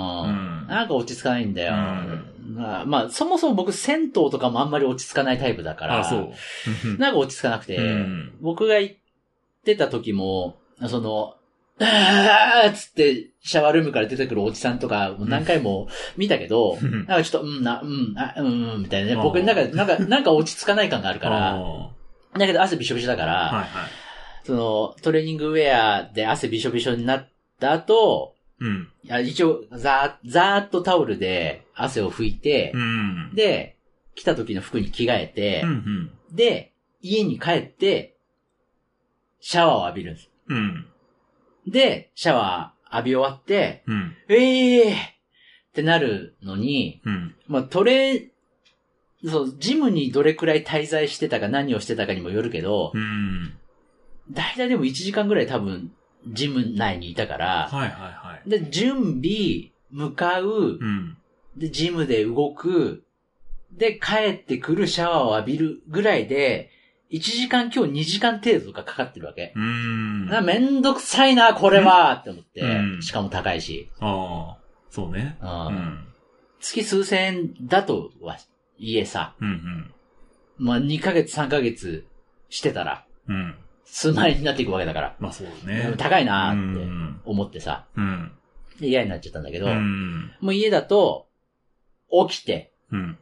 [SPEAKER 2] なんか落ち着かないんだよ。
[SPEAKER 1] うん
[SPEAKER 2] まあ、まあそもそも僕、銭湯とかもあんまり落ち着かないタイプだから。
[SPEAKER 1] あそう。
[SPEAKER 2] なんか落ち着かなくて、
[SPEAKER 1] うん
[SPEAKER 2] 僕が行ってた時も、その、あーっつって、シャワールームから出てくるおじさんとか、何回も見たけど、
[SPEAKER 1] うん
[SPEAKER 2] なんかちょっと、うん、な、うん、あ、うん、うんみたいなね。
[SPEAKER 1] あー
[SPEAKER 2] 僕の中で、なんか、なんか落ち着かない感があるか
[SPEAKER 1] あー
[SPEAKER 2] ら、だけど汗びしょびしょだから、
[SPEAKER 1] はいはい。
[SPEAKER 2] その、トレーニングウェアで汗びしょびしょになった後、
[SPEAKER 1] うん。
[SPEAKER 2] いや一応、ざー、ざーっとタオルで汗を拭いて、
[SPEAKER 1] うん。
[SPEAKER 2] で、来た時の服に着替えて、
[SPEAKER 1] うんうん。
[SPEAKER 2] で、家に帰って、シャワーを浴びるんです。
[SPEAKER 1] うん。
[SPEAKER 2] で、シャワー浴び終わって、
[SPEAKER 1] うん。
[SPEAKER 2] ええーってなるのに、
[SPEAKER 1] うん。
[SPEAKER 2] まあ、トレ、そう、ジムにどれくらい滞在してたか何をしてたかにもよるけど、
[SPEAKER 1] うん。
[SPEAKER 2] だいたいでも1時間ぐらい多分、ジム内にいたから、
[SPEAKER 1] はいはいはい。
[SPEAKER 2] で、準備、向かう
[SPEAKER 1] う、ん。
[SPEAKER 2] で、ジムで動く、で、帰ってくるシャワーを浴びるぐらいで、1時間今日2時間程度がかかってるわけ。
[SPEAKER 1] うん。
[SPEAKER 2] な
[SPEAKER 1] あ
[SPEAKER 2] めんどくさいな、これはって思って、
[SPEAKER 1] うん
[SPEAKER 2] しかも高いし、
[SPEAKER 1] あー。そうね。
[SPEAKER 2] うん
[SPEAKER 1] うん。
[SPEAKER 2] 月数千円だとはいえさ、
[SPEAKER 1] うん
[SPEAKER 2] まあ、2ヶ月、3ヶ月してたら、
[SPEAKER 1] うん。うん。
[SPEAKER 2] 数万円になっていくわけだから、
[SPEAKER 1] まあそうね。
[SPEAKER 2] 高いな
[SPEAKER 1] う
[SPEAKER 2] ーって
[SPEAKER 1] ん。
[SPEAKER 2] 思ってさ、
[SPEAKER 1] うん。
[SPEAKER 2] で嫌になっちゃったんだけど、
[SPEAKER 1] うん。
[SPEAKER 2] もう家だと、起きて、
[SPEAKER 1] うん。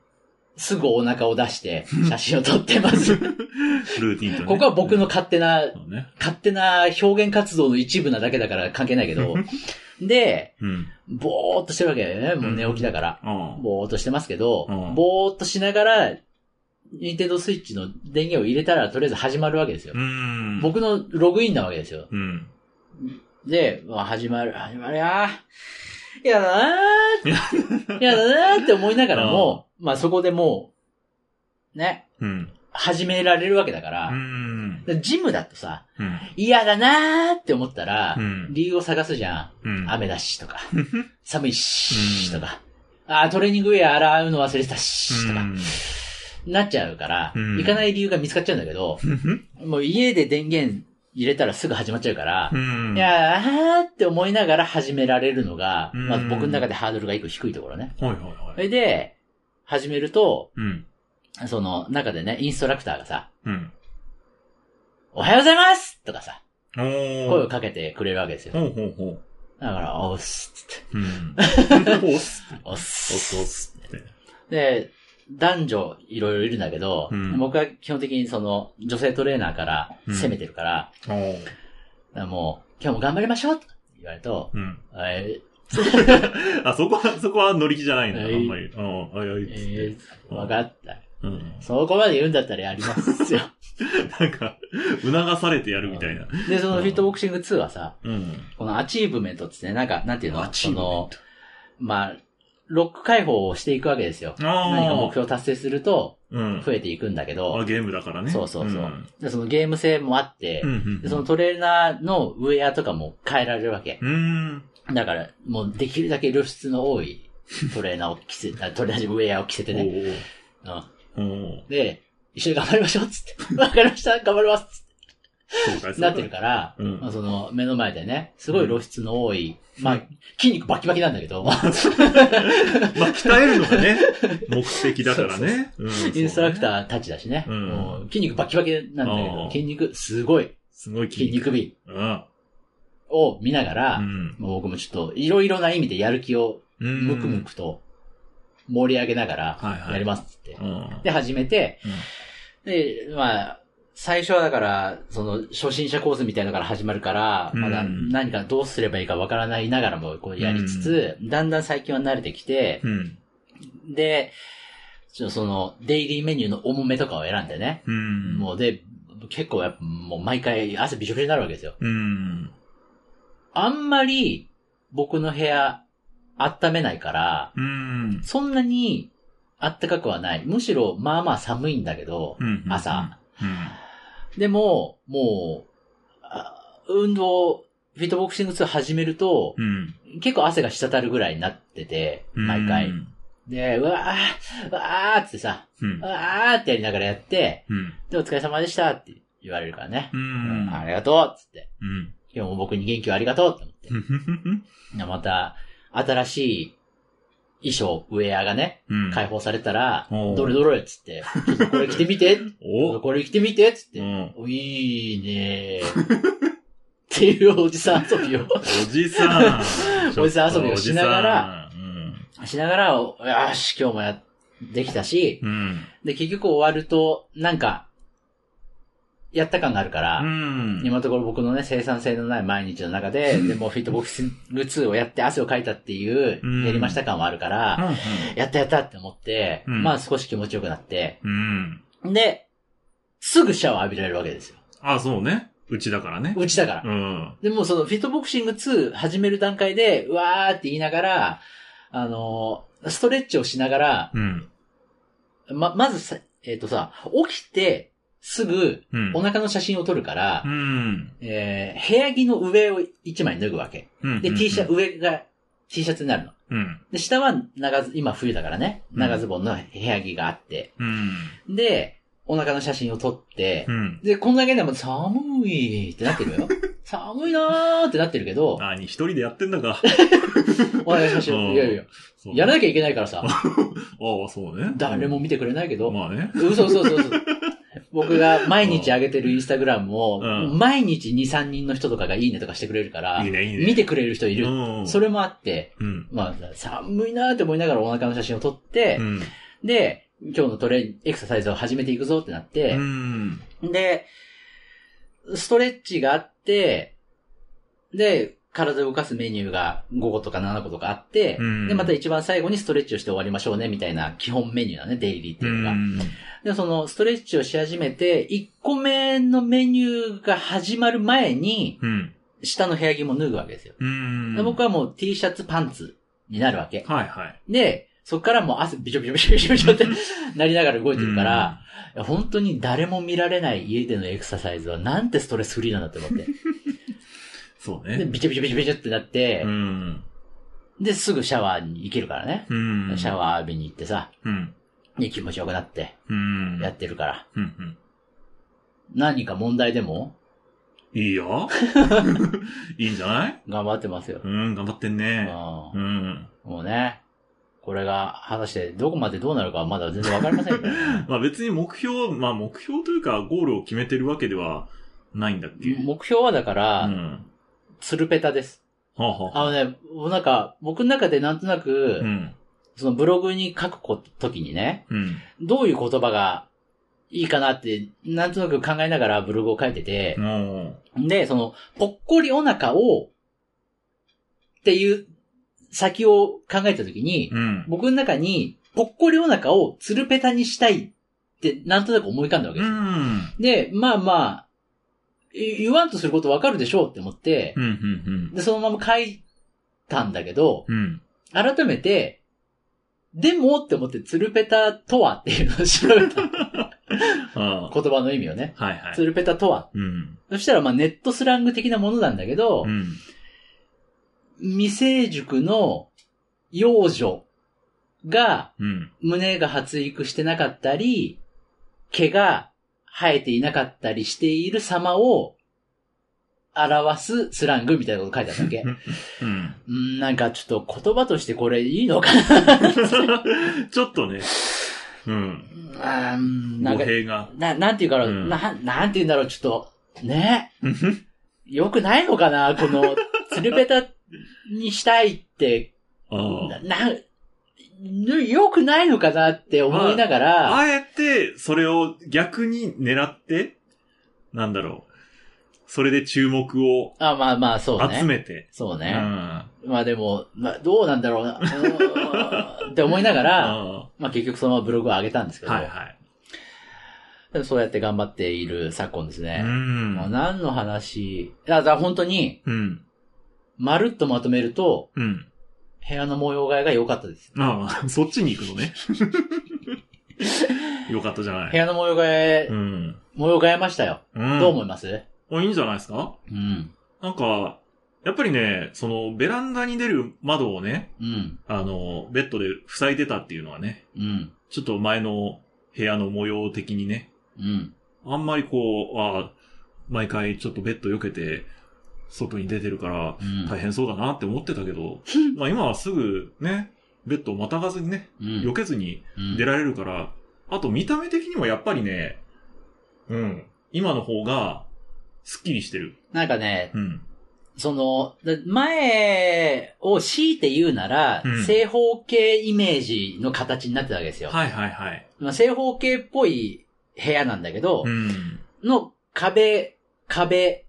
[SPEAKER 2] すぐお腹を出して、写真を撮っ てます。
[SPEAKER 1] ルーティンとね。
[SPEAKER 2] ここは僕の勝手な、
[SPEAKER 1] そうね。
[SPEAKER 2] 勝手な表現活動の一部なだけだから関係ないけど、で、
[SPEAKER 1] うん。
[SPEAKER 2] ぼーっとしてるわけだよね、もう寝起きだから。
[SPEAKER 1] あ
[SPEAKER 2] ぼーっとしてますけど、
[SPEAKER 1] うん
[SPEAKER 2] ぼーっとしながら、ニンテンドースイッチの電源を入れたら、とりあえず始まるわけですよ
[SPEAKER 1] あ。う。ん。
[SPEAKER 2] 僕のログインなわけですよ。
[SPEAKER 1] うん。
[SPEAKER 2] で、まあ、始まる、始まるやー。やだな ーって。やだなーって思いながらも、まあそこでもう、ね、
[SPEAKER 1] うん。
[SPEAKER 2] 始められるわけだか
[SPEAKER 1] う
[SPEAKER 2] ら、
[SPEAKER 1] ん。
[SPEAKER 2] でジムだとさ、
[SPEAKER 1] うん。
[SPEAKER 2] 嫌だなーって思ったら、
[SPEAKER 1] うん。
[SPEAKER 2] 理由を探すじゃん。
[SPEAKER 1] うん。
[SPEAKER 2] 雨だしと か、寒いしとか、あートレーニングウェア洗うの忘れてたしとか、なっちゃうから、
[SPEAKER 1] うん
[SPEAKER 2] 行かない理由が見つかっちゃうんだけど、
[SPEAKER 1] うん。
[SPEAKER 2] もう家で電源入れたらすぐ始まっちゃうから、
[SPEAKER 1] うん。
[SPEAKER 2] いやーあーって思いながら始められるのが、
[SPEAKER 1] うん
[SPEAKER 2] まあ僕の中でハードルが一個低いところね。
[SPEAKER 1] はいはい
[SPEAKER 2] そ
[SPEAKER 1] はい。
[SPEAKER 2] れで、始めると、
[SPEAKER 1] うん。
[SPEAKER 2] その中でね、インストラクターがさ、
[SPEAKER 1] うん。
[SPEAKER 2] おはようございますとかさ、
[SPEAKER 1] おー。
[SPEAKER 2] 声をかけてくれるわけですよ。
[SPEAKER 1] ほうほうほう。
[SPEAKER 2] だから、おっすっつって、
[SPEAKER 1] うん。おっす。
[SPEAKER 2] おっ
[SPEAKER 1] おっす
[SPEAKER 2] す
[SPEAKER 1] おっすって。
[SPEAKER 2] で、男女いろいろいるんだけど、
[SPEAKER 1] うん
[SPEAKER 2] 僕は基本的にその女性トレーナーから攻めてるから、
[SPEAKER 1] おー。
[SPEAKER 2] だからもう、今日も頑張りましょうって言われると、
[SPEAKER 1] うん。
[SPEAKER 2] え
[SPEAKER 1] あ、そこは、そこは乗り気じゃないんだ
[SPEAKER 2] はい
[SPEAKER 1] あんまり。うん。あ、いや、い
[SPEAKER 2] ー、
[SPEAKER 1] いっつって
[SPEAKER 2] えー、わかった。
[SPEAKER 1] うん。
[SPEAKER 2] そこまで言うんだったらやりま すよ。
[SPEAKER 1] なんか、 促されてやるみたいな。
[SPEAKER 2] で、そのフィットボクシング2はさ、
[SPEAKER 1] うん。
[SPEAKER 2] このアチーブメントっつってね、なんか、なんていうの
[SPEAKER 1] アチーブメント
[SPEAKER 2] その、まあ、ロック解放をしていくわけですよ。
[SPEAKER 1] あー
[SPEAKER 2] 何か目標を達成すると、
[SPEAKER 1] うん。
[SPEAKER 2] 増えていくんだけ
[SPEAKER 1] あ、
[SPEAKER 2] ど、
[SPEAKER 1] ゲームだからね。
[SPEAKER 2] そうそうそう。
[SPEAKER 1] ん
[SPEAKER 2] でそのゲーム性もあって、
[SPEAKER 1] うんう
[SPEAKER 2] で
[SPEAKER 1] ん。
[SPEAKER 2] そのトレーナーのウェアとかも変えられるわけ。
[SPEAKER 1] うん。
[SPEAKER 2] だから、もうできるだけ露出の 多いトレーナーを着せ、あトレーナーウェアを着せてね。うん
[SPEAKER 1] おーおー
[SPEAKER 2] で、一緒に頑張りましょうっつって。 わかりました頑張りますっつっ
[SPEAKER 1] そうか、
[SPEAKER 2] てなってる
[SPEAKER 1] か
[SPEAKER 2] から、
[SPEAKER 1] うん
[SPEAKER 2] まあ、その目の前でね、すごい露出の多い、まあ、筋肉バキバキなんだ け
[SPEAKER 1] ら。
[SPEAKER 2] ど、
[SPEAKER 1] まあ、鍛えるのがね、 目的だからね。うん
[SPEAKER 2] インストラクタ
[SPEAKER 1] そうね
[SPEAKER 2] ーたちだしね、
[SPEAKER 1] うん
[SPEAKER 2] もう筋肉バキバキなんだけ
[SPEAKER 1] あ
[SPEAKER 2] ど、
[SPEAKER 1] ー
[SPEAKER 2] 筋肉、すごい
[SPEAKER 1] すごい
[SPEAKER 2] 筋
[SPEAKER 1] 筋肉。
[SPEAKER 2] 肉美
[SPEAKER 1] うん。
[SPEAKER 2] を見ながら、
[SPEAKER 1] うん。
[SPEAKER 2] もう僕もちょっといろいろな意味でやる気を
[SPEAKER 1] うん
[SPEAKER 2] ムクムクと盛り上げなが
[SPEAKER 1] はい
[SPEAKER 2] ら
[SPEAKER 1] はい
[SPEAKER 2] やりますっつって。
[SPEAKER 1] うん。
[SPEAKER 2] で、始めて、で、まあ、最初はだから、その、初心者コースみたいなのから始まるから、
[SPEAKER 1] うん
[SPEAKER 2] まだ何かどうすればいいかわからないながらも、こうやりつつ、だんだん最近は慣れてきて、
[SPEAKER 1] うん。
[SPEAKER 2] で、ちょその、デイリーメニューの重めとかを選んでね、
[SPEAKER 1] うん。
[SPEAKER 2] もうで、結構やっぱもう毎回汗びしょびしょになるわけですよ。
[SPEAKER 1] うん。
[SPEAKER 2] あんまり、僕の部屋、温めないから、
[SPEAKER 1] うん。
[SPEAKER 2] そんなに、暖かくはない。むしろ、まあまあ寒いんだけど、
[SPEAKER 1] うん。
[SPEAKER 2] 朝。
[SPEAKER 1] う
[SPEAKER 2] でも、もう、あ運動、フィットボクシング2始めると、
[SPEAKER 1] ん。うん。
[SPEAKER 2] 結構汗が滴るぐらいになってて、毎回。
[SPEAKER 1] うん。
[SPEAKER 2] で、うわー、うわーってさ、
[SPEAKER 1] うん
[SPEAKER 2] う。わーってやりながらやって、
[SPEAKER 1] うん。
[SPEAKER 2] で、お疲れ様でしたって言われるからね。
[SPEAKER 1] う
[SPEAKER 2] うん
[SPEAKER 1] ん。
[SPEAKER 2] ありがとうっつって。
[SPEAKER 1] うん。
[SPEAKER 2] 今日も僕に元気をありがとうって思って
[SPEAKER 1] ふ。ふふふ
[SPEAKER 2] でまた、新しい衣装、ウェアがね、
[SPEAKER 1] うん。
[SPEAKER 2] 解放されたら、
[SPEAKER 1] うん
[SPEAKER 2] どれどれっつって、ちょっとこれ着てみて、
[SPEAKER 1] お
[SPEAKER 2] これ着てみてっつっ
[SPEAKER 1] う
[SPEAKER 2] て、
[SPEAKER 1] ん。
[SPEAKER 2] おいいねーっていうおじさん遊びを。
[SPEAKER 1] おじさん
[SPEAKER 2] おじさん遊びをしながら
[SPEAKER 1] ちょっとおじさん。
[SPEAKER 2] しながら、よし、今日もや、できたし、
[SPEAKER 1] うん。
[SPEAKER 2] で、結局終わると、なんか、やった感があるから、
[SPEAKER 1] うん。
[SPEAKER 2] 今のところ僕のね、生産性のない毎日の中で、でもフィットボクシング2をやって汗をかいたっていう
[SPEAKER 1] う、ん
[SPEAKER 2] やりました感はあるから、やったやったって思って、
[SPEAKER 1] うん
[SPEAKER 2] まあ少し気持ちよくなって、
[SPEAKER 1] うん。うん。
[SPEAKER 2] で、すぐシャワー浴びられるわけですよ。
[SPEAKER 1] あ、そうね。うちだからね。
[SPEAKER 2] うちだから。
[SPEAKER 1] うん。
[SPEAKER 2] でもそのフィットボクシング2始める段階で、うわーって言いながら、あのーストレッチをしながら、
[SPEAKER 1] うん。
[SPEAKER 2] ま、まずさ、えっ、とさ、起きて、すぐ、
[SPEAKER 1] うん。
[SPEAKER 2] お腹の写真を撮るから、
[SPEAKER 1] うん。
[SPEAKER 2] えー部屋着の上を一枚脱ぐわけ。
[SPEAKER 1] うん。
[SPEAKER 2] で、
[SPEAKER 1] うん
[SPEAKER 2] T シャツ、。上が T シャツになるの。
[SPEAKER 1] うん。
[SPEAKER 2] で、下は長ズ、今冬だからね、
[SPEAKER 1] うん
[SPEAKER 2] 長ズボンの部屋着があって。
[SPEAKER 1] うん。
[SPEAKER 2] で、お腹の写真を撮って
[SPEAKER 1] う、ん。
[SPEAKER 2] で、こんだけでも寒いってなってる よ。寒いなーってなってるけど、
[SPEAKER 1] 何、一人でやってんだか。
[SPEAKER 2] お願いしましょ
[SPEAKER 1] う
[SPEAKER 2] う。
[SPEAKER 1] ん
[SPEAKER 2] いやいや、
[SPEAKER 1] そう
[SPEAKER 2] やらなきゃいけないからさ、
[SPEAKER 1] ああ、そうね。
[SPEAKER 2] 誰も見てくれないけど、
[SPEAKER 1] まあね。
[SPEAKER 2] 嘘嘘嘘嘘。 僕が毎日上げてるインスタグラムを、
[SPEAKER 1] うん
[SPEAKER 2] 毎日2、3人の人とかがいいねとかしてくれるから、
[SPEAKER 1] いいね、いいね。
[SPEAKER 2] 見てくれる人いる。
[SPEAKER 1] うん。
[SPEAKER 2] それもあって、
[SPEAKER 1] うん。
[SPEAKER 2] まあ、寒いなーって思いながらお腹の写真を撮って、
[SPEAKER 1] うん。
[SPEAKER 2] で、今日のトレーエクササイズを始めていくぞってなっ
[SPEAKER 1] う
[SPEAKER 2] て、
[SPEAKER 1] ん。
[SPEAKER 2] で、ストレッチがあって、で、体を動かすメニューが5個とか7個とかあって、
[SPEAKER 1] うん
[SPEAKER 2] で、また一番最後にストレッチをして終わりましょうね、みたいな基本メニューだね、デイリーって
[SPEAKER 1] う
[SPEAKER 2] いうのが。
[SPEAKER 1] ん。
[SPEAKER 2] で、そのストレッチをし始めて、1個目のメニューが始まる前に、
[SPEAKER 1] うん。
[SPEAKER 2] 下の部屋着も脱ぐわけですよ。
[SPEAKER 1] うん。
[SPEAKER 2] で僕はもう T シャツパンツになるわけ。
[SPEAKER 1] はいはい。
[SPEAKER 2] で、そっからもう汗びちょびちょびちょびちょびち ょってなりながら動いてるから、いや本当に誰も見られない家でのエクササイズはなんてストレスフリーなんだって 思って。
[SPEAKER 1] うん。そう
[SPEAKER 2] で、
[SPEAKER 1] ね。
[SPEAKER 2] びちょびちょびちょびちょってなって
[SPEAKER 1] う、ん。
[SPEAKER 2] で、すぐシャワーに行けるからね。
[SPEAKER 1] うん。
[SPEAKER 2] シャワー浴びに行ってさ、
[SPEAKER 1] ー。うん。
[SPEAKER 2] で気持ちよくなって
[SPEAKER 1] うん。
[SPEAKER 2] やってるから。
[SPEAKER 1] うん。うん。
[SPEAKER 2] 何か問題でも
[SPEAKER 1] いい よ。いいんじゃない
[SPEAKER 2] 頑張ってますよ。
[SPEAKER 1] うん、頑張ってん
[SPEAKER 2] うん、
[SPEAKER 1] ね。
[SPEAKER 2] も
[SPEAKER 1] うん。
[SPEAKER 2] うね、これが果たしてどこまでどうなるかはまだ全然わかりませんけどね、
[SPEAKER 1] まあ別に目標、まあ目標というかゴールを決めてるわけではないんだっけ
[SPEAKER 2] 目標はだから、
[SPEAKER 1] うん。
[SPEAKER 2] ツルペタです。
[SPEAKER 1] はあ、はあ、
[SPEAKER 2] あのね、もうなんか、僕の中でなんとなく、
[SPEAKER 1] うん。
[SPEAKER 2] そのブログに書くこときにね、
[SPEAKER 1] うん。
[SPEAKER 2] どういう言葉がいいかなって、なんとなく考えながらブログを書いてて、
[SPEAKER 1] も
[SPEAKER 2] で、その、ぽっこりお腹を、っていう先を考えたときに、
[SPEAKER 1] う、うん。
[SPEAKER 2] 僕の中に、ぽっこりお腹をつるぺたにしたいって、なんとなく思い浮かんだわけ
[SPEAKER 1] う
[SPEAKER 2] ですよ。
[SPEAKER 1] ん。
[SPEAKER 2] で、まあまあ、い言わんとすることわかるでしょうって思って
[SPEAKER 1] うん、う、ん、
[SPEAKER 2] で、そのまま書いたんだけど、
[SPEAKER 1] うん。うん。
[SPEAKER 2] 改めて、でもって思って、つるぺたとはっていうのを調べた
[SPEAKER 1] あ
[SPEAKER 2] 言葉の意味をね。
[SPEAKER 1] あ。はいはい
[SPEAKER 2] つ。るぺたとは。
[SPEAKER 1] うん。
[SPEAKER 2] そしたら、まあ、ネットスラング的なものなんだけど
[SPEAKER 1] う、ん。
[SPEAKER 2] 未成熟の幼女が
[SPEAKER 1] うん。
[SPEAKER 2] 胸が発育してなかったり、毛が生えていなかったりしている様を表すスラングみたいなこと書いてあったわけ。
[SPEAKER 1] うん。
[SPEAKER 2] うん、なんかちょっと言葉としてこれいいのかな
[SPEAKER 1] ちょっとね、うん。
[SPEAKER 2] あーな
[SPEAKER 1] 語
[SPEAKER 2] んか
[SPEAKER 1] 弊が。
[SPEAKER 2] な、なんていうから、
[SPEAKER 1] うん
[SPEAKER 2] な、なんていうんだろう、ちょっと、ね。よくないのかなこの、つるべたにしたいって、
[SPEAKER 1] ああ。
[SPEAKER 2] な、な、よくないのかなって思いながら、
[SPEAKER 1] あえて、それを逆に狙って、なんだろう。それで注目を
[SPEAKER 2] あ、まあまあ、そう
[SPEAKER 1] 集
[SPEAKER 2] ね。
[SPEAKER 1] めて。
[SPEAKER 2] そう
[SPEAKER 1] う
[SPEAKER 2] ね。
[SPEAKER 1] ん。
[SPEAKER 2] まあでも、まあ、どうなんだろ うな、うーんって思いながら、
[SPEAKER 1] あ
[SPEAKER 2] まあ結局そのままブログを上げたんですけ
[SPEAKER 1] あ
[SPEAKER 2] ど、
[SPEAKER 1] はいはい。
[SPEAKER 2] でもそうやって頑張っている昨今です
[SPEAKER 1] う。
[SPEAKER 2] ね。もうん何の話、だから本当に、
[SPEAKER 1] うん。
[SPEAKER 2] まるっとまとめると、
[SPEAKER 1] うん。
[SPEAKER 2] 部屋の模様替えが良かったです。
[SPEAKER 1] あ あ、そっちに行くのね。よかったじゃない。
[SPEAKER 2] 部屋の模様替え、
[SPEAKER 1] うん。
[SPEAKER 2] 模様替えましたよ。
[SPEAKER 1] うん。
[SPEAKER 2] どう思います
[SPEAKER 1] あいいんじゃないですか
[SPEAKER 2] うん。
[SPEAKER 1] なんか、やっぱりね、その、ベランダに出る窓をね、
[SPEAKER 2] うん。
[SPEAKER 1] あの、ベッドで塞いでたっていうのはね、
[SPEAKER 2] うん。
[SPEAKER 1] ちょっと前の部屋の模様的にね、
[SPEAKER 2] うん。
[SPEAKER 1] あんまりこう、あ毎回ちょっとベッド避けて、外に出てるから、
[SPEAKER 2] うん
[SPEAKER 1] 大変そうだなって思ってたけど、まあ今はすぐね、ベッドをまたがずにね、避けずに
[SPEAKER 2] うん
[SPEAKER 1] 出られるから、あと見た目的にもやっぱりね、うん、今の方が、スッキリしてる。
[SPEAKER 2] なんかね、
[SPEAKER 1] うん。
[SPEAKER 2] その、だ前を強いて言うなら、
[SPEAKER 1] うん
[SPEAKER 2] 正方形イメージの形になってたわけですよ。
[SPEAKER 1] はいはいはい。
[SPEAKER 2] まあ、正方形っぽい部屋なんだけど、
[SPEAKER 1] うん。
[SPEAKER 2] の壁、壁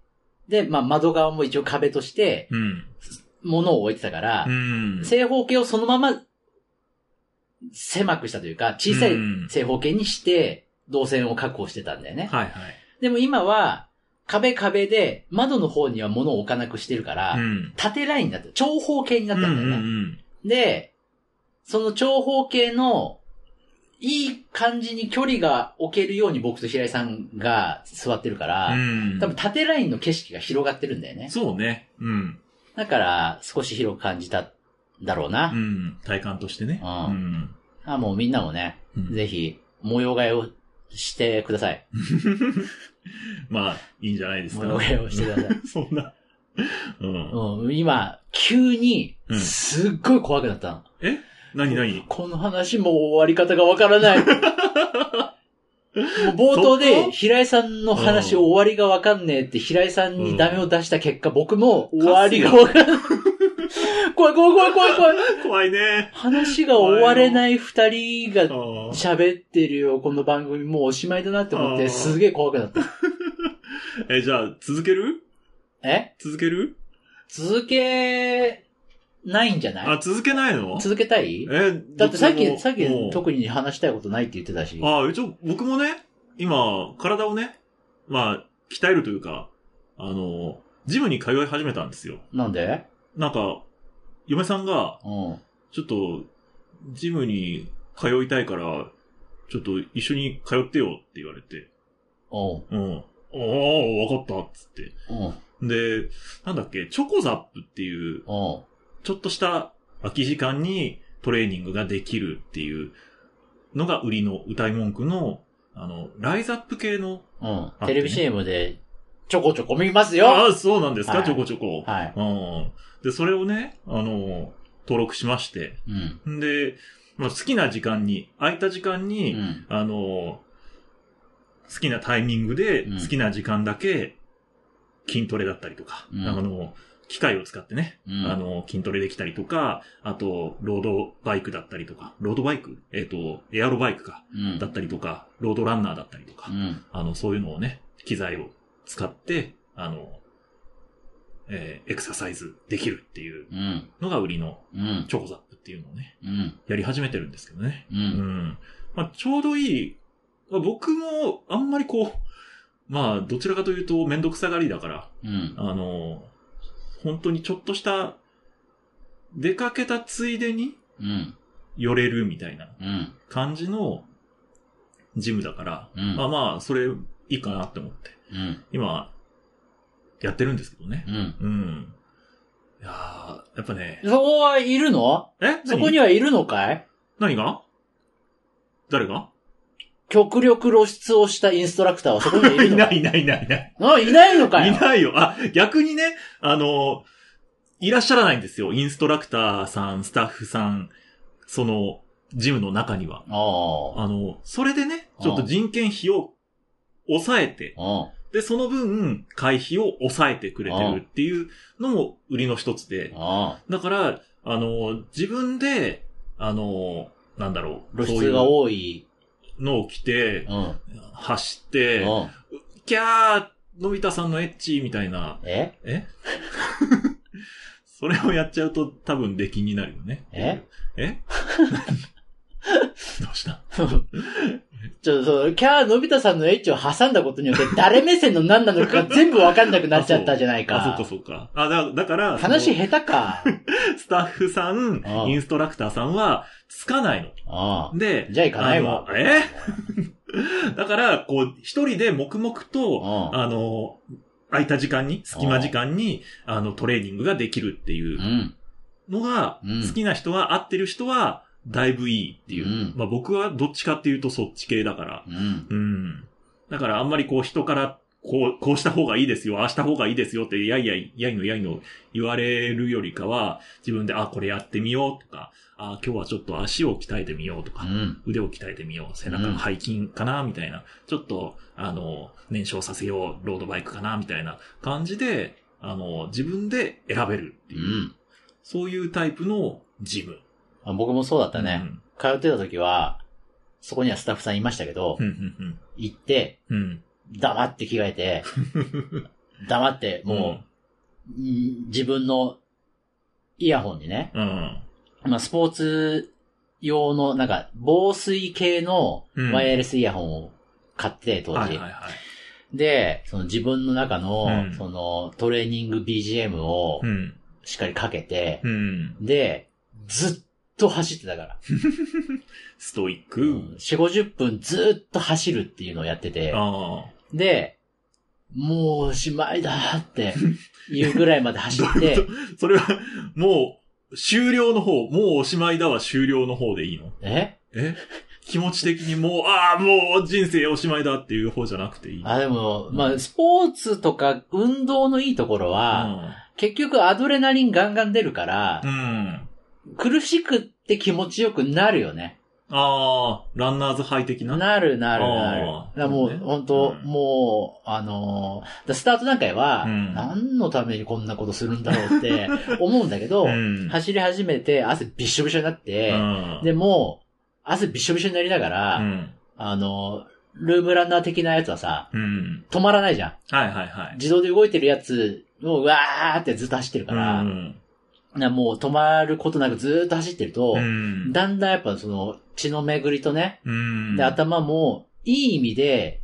[SPEAKER 2] で、まあ窓側も一応壁として
[SPEAKER 1] うん。
[SPEAKER 2] 物を置いてたから
[SPEAKER 1] う、ん。
[SPEAKER 2] 正方形をそのまま狭くしたというか、小さい
[SPEAKER 1] うん
[SPEAKER 2] 正方形にして、動線を確保してたんだよね。
[SPEAKER 1] はいはい。
[SPEAKER 2] でも今は、壁壁で窓の方には物を置かなくしてるから、
[SPEAKER 1] うん。
[SPEAKER 2] 縦ラインになってる、長方形にな
[SPEAKER 1] う
[SPEAKER 2] っ
[SPEAKER 1] ん
[SPEAKER 2] た
[SPEAKER 1] うん
[SPEAKER 2] だよね。
[SPEAKER 1] ん
[SPEAKER 2] で、その長方形の、いい感じに距離が置けるように僕と平井さんが座ってるから、
[SPEAKER 1] うん。うん。
[SPEAKER 2] 多分縦ラインの景色が広がってるんだよね。
[SPEAKER 1] そうね。うん。
[SPEAKER 2] だから、少し広く感じたんだろうな。
[SPEAKER 1] うん。体感としてね。
[SPEAKER 2] うん
[SPEAKER 1] ん。
[SPEAKER 2] あ、もうみんなもね、
[SPEAKER 1] うん
[SPEAKER 2] ぜひ、模様替えをしてください。
[SPEAKER 1] まあ、いいんじゃないですか。
[SPEAKER 2] 模様替えをしてくださ い。
[SPEAKER 1] そんな。うん。
[SPEAKER 2] うん、今、急に
[SPEAKER 1] う、ん
[SPEAKER 2] すっごい怖くなったの。
[SPEAKER 1] え何何
[SPEAKER 2] この話もう終わり方がわか らない。もう冒頭
[SPEAKER 1] そ
[SPEAKER 2] で
[SPEAKER 1] こ
[SPEAKER 2] 平井さんの話終わりがわかんねえって平井さんにダメを出した結果、僕も終わりがわからない。怖い怖い怖い怖い怖い。
[SPEAKER 1] 怖いね。
[SPEAKER 2] 話が終われない二人
[SPEAKER 1] あ
[SPEAKER 2] が
[SPEAKER 1] ー
[SPEAKER 2] 喋ってるよ、この番組もうおしまいだなって思っ
[SPEAKER 1] あ
[SPEAKER 2] て、
[SPEAKER 1] ー
[SPEAKER 2] すげえ怖くなった。
[SPEAKER 1] え、じゃあ、続ける
[SPEAKER 2] え
[SPEAKER 1] 続ける
[SPEAKER 2] 続けないんじゃない
[SPEAKER 1] あ、続けないの
[SPEAKER 2] 続けたい
[SPEAKER 1] え、
[SPEAKER 2] だってさっ
[SPEAKER 1] 僕
[SPEAKER 2] き、
[SPEAKER 1] も
[SPEAKER 2] さっ
[SPEAKER 1] うん
[SPEAKER 2] き特に話したいことないって言ってたし。
[SPEAKER 1] ああ、一応僕もね、今、体をね、まあ、鍛えるというか、あの、ジムに通い始めたんですよ。
[SPEAKER 2] なんで
[SPEAKER 1] なんか、嫁さんが、
[SPEAKER 2] うん。
[SPEAKER 1] ちょっと、ジムに通いたいから、ちょっと一緒に通ってよって言われて、
[SPEAKER 2] うん。
[SPEAKER 1] うん。ああ、わかった、っつって。
[SPEAKER 2] うん。
[SPEAKER 1] で、なんだっけ、チョコザップっていう、
[SPEAKER 2] うん。
[SPEAKER 1] ちょっとした空き時間にトレーニングができるっていうのが売りの歌い文句の、あの、ライズアップ系の、
[SPEAKER 2] うん
[SPEAKER 1] て。ね
[SPEAKER 2] テレビ CM で、ちょこちょこ見ますよ
[SPEAKER 1] ああ、そうなんですか、
[SPEAKER 2] はい
[SPEAKER 1] ちょこちょこ。
[SPEAKER 2] はい。
[SPEAKER 1] うん。で、それをね、あの、登録しまして。
[SPEAKER 2] うん。
[SPEAKER 1] んで、まあ、好きな時間に、空いた時間
[SPEAKER 2] う
[SPEAKER 1] に、
[SPEAKER 2] ん。
[SPEAKER 1] あの、好きなタイミングで、
[SPEAKER 2] うん
[SPEAKER 1] 好きな時間だけ、筋トレだったりとか、
[SPEAKER 2] うん
[SPEAKER 1] あの、機械を使ってね、
[SPEAKER 2] うん。
[SPEAKER 1] あ、の、筋トレできたりとか、あと、ロードバイクだったりとか、ロードバイクえっ、と、エアロバイクか、
[SPEAKER 2] うん。
[SPEAKER 1] だったりとか、ロードランナーだったりとか、
[SPEAKER 2] うん。
[SPEAKER 1] あの、そういうのをね、機材を使って、あの、えーエクササイズできるっていう
[SPEAKER 2] うん。
[SPEAKER 1] のが売りの
[SPEAKER 2] うん。
[SPEAKER 1] チョコザップっていうのをね、
[SPEAKER 2] うん。
[SPEAKER 1] やり始めてるんですけどね。
[SPEAKER 2] う。
[SPEAKER 1] うんん。まあ、ちょうどいい。まあ僕も、あんまりこう、まあ、どちらかというと、めんどくさがりだから、
[SPEAKER 2] うん。
[SPEAKER 1] あの、本当にちょっとした、出かけたついでに
[SPEAKER 2] うん。
[SPEAKER 1] 寄れるみたいな
[SPEAKER 2] うん。
[SPEAKER 1] 感じのジムだから、
[SPEAKER 2] うん。
[SPEAKER 1] まあまあ、それいいかなって思って、
[SPEAKER 2] うん。
[SPEAKER 1] 今、やってるんですけどね。
[SPEAKER 2] うん。
[SPEAKER 1] うん。いやーやっぱね、
[SPEAKER 2] そこはいるの
[SPEAKER 1] え
[SPEAKER 2] そこに
[SPEAKER 1] は
[SPEAKER 2] はいるのかい
[SPEAKER 1] 何が誰が
[SPEAKER 2] 極力露出をしたインストラクターはそこにはいる
[SPEAKER 1] い
[SPEAKER 2] のか
[SPEAKER 1] ないいいないいないいない。
[SPEAKER 2] あいないのかよ
[SPEAKER 1] いないよ。あ、逆にね、あの、いらっしゃらないんですよ。インストラクターさん、スタッフさん、その、ジムの中には。
[SPEAKER 2] あ
[SPEAKER 1] あの、それでね、ちょっと人件費を抑えて、
[SPEAKER 2] あ。
[SPEAKER 1] で、その分、会費を抑えてくれてるっていうのも売りの一つで
[SPEAKER 2] あ。あ。
[SPEAKER 1] だから、あの、自分で、あの、なんだろう、
[SPEAKER 2] 露
[SPEAKER 1] そうい
[SPEAKER 2] 出が
[SPEAKER 1] う
[SPEAKER 2] 多い。
[SPEAKER 1] のを着て
[SPEAKER 2] う、ん。
[SPEAKER 1] 走って、
[SPEAKER 2] うん。
[SPEAKER 1] キャー、のび太さんのエッチみたいな、
[SPEAKER 2] え
[SPEAKER 1] えそれをやっちゃうと多分出禁になるよね。
[SPEAKER 2] え
[SPEAKER 1] えどうした
[SPEAKER 2] ちょっとそう、キャーのび太さんのエッチを挟んだことによって、誰目線の何なのかが全部わかんなくなっちゃったじゃないか。
[SPEAKER 1] あ、そっかそっか。あ、だだから、そ
[SPEAKER 2] 話下手か。
[SPEAKER 1] のスタッフさん
[SPEAKER 2] あ、あ
[SPEAKER 1] インストラクターさんは、つかない
[SPEAKER 2] あ
[SPEAKER 1] の。で、
[SPEAKER 2] じゃあ行かないわ
[SPEAKER 1] あのえ だから、こう、一人で黙々と、
[SPEAKER 2] あ。。
[SPEAKER 1] あの、空いた時間に、隙間時間に、あの、トレーニングができるっていううんのが、
[SPEAKER 2] うん
[SPEAKER 1] 好きな人は、合ってる人は、だいぶいいっていう。
[SPEAKER 2] うん
[SPEAKER 1] まあ僕はどっちかっていうとそっち系だから。
[SPEAKER 2] うん。
[SPEAKER 1] うん。だからあんまりこう人から、こう、こうした方がいいですよ、ああした方がいいですよって、やいやい、やいのやいの言われるよりかは、自分で、あ、これやってみようとか、あ、今日はちょっと足を鍛えてみようとか、
[SPEAKER 2] うん。
[SPEAKER 1] 腕を鍛えてみよう、背中の背筋かな、みたいな、ちょっと、あの、燃焼させよう、ロードバイクかな、みたいな感じで、あの、自分で選べるって
[SPEAKER 2] う
[SPEAKER 1] いう、
[SPEAKER 2] ん。
[SPEAKER 1] そういうタイプのジム。
[SPEAKER 2] あ僕もそうだったね。
[SPEAKER 1] うん
[SPEAKER 2] 通ってた時は、そこにはスタッフさんいましたけど、
[SPEAKER 1] うん、うん、
[SPEAKER 2] 行って、
[SPEAKER 1] うん。うん。
[SPEAKER 2] 黙って着替え て、黙って、もう、うん自分のイヤホンにね、
[SPEAKER 1] うん、うん。
[SPEAKER 2] まあ、スポーツ用の、なんか、防水系の
[SPEAKER 1] うん
[SPEAKER 2] ワイヤレスイヤホンを買って、当時。
[SPEAKER 1] はいはいはい。
[SPEAKER 2] で、その自分の中の、
[SPEAKER 1] うん
[SPEAKER 2] そのトレーニング BGM を
[SPEAKER 1] うん。
[SPEAKER 2] しっかりかけて、
[SPEAKER 1] うん。
[SPEAKER 2] で、ずっと走ってたから。
[SPEAKER 1] ストイッ
[SPEAKER 2] う
[SPEAKER 1] ク。
[SPEAKER 2] 4、50分ずっと走るっていうのをやってて、
[SPEAKER 1] ああ。
[SPEAKER 2] で、もうおしまいだ ーっていうぐらいまで走っ
[SPEAKER 1] どう
[SPEAKER 2] て
[SPEAKER 1] い、それは、もう、終了の方、もうおしまいだは終了の方でいいの
[SPEAKER 2] え
[SPEAKER 1] え気持ち的にもう、ああ、もう人生おしまいだっていう方じゃなくていい。
[SPEAKER 2] あ、でも、
[SPEAKER 1] うん
[SPEAKER 2] まあ、スポーツとか運動のいいところは、結局アドレナリンガンガン出るから
[SPEAKER 1] う、ん。うん。
[SPEAKER 2] 苦しくって気持ちよくなるよね。
[SPEAKER 1] ああ、ランナーズハイ的な。
[SPEAKER 2] なるなるなる。だ
[SPEAKER 1] あ
[SPEAKER 2] か
[SPEAKER 1] ー
[SPEAKER 2] らもう、
[SPEAKER 1] そうね
[SPEAKER 2] 本当、
[SPEAKER 1] うん
[SPEAKER 2] もう、あのーだからスタート段階は、
[SPEAKER 1] うん
[SPEAKER 2] 何のためにこんなことするんだろうって 思うんだけど、
[SPEAKER 1] うん。
[SPEAKER 2] 走り始めて汗びっしょびしょになって、
[SPEAKER 1] うん
[SPEAKER 2] でも、汗びっしょびしょになりながら、
[SPEAKER 1] うん。
[SPEAKER 2] あのールームランナー的なやつはさ、
[SPEAKER 1] うん。
[SPEAKER 2] 止まらないじゃん。
[SPEAKER 1] はいはいはい。
[SPEAKER 2] 自動で動いてるやつをうわーってずっと走ってるから、
[SPEAKER 1] うん。
[SPEAKER 2] なもう止まることなくずーっと走ってると、
[SPEAKER 1] うん。
[SPEAKER 2] だんだんやっぱその血の巡りとね、
[SPEAKER 1] うん。
[SPEAKER 2] で頭もいい意味で、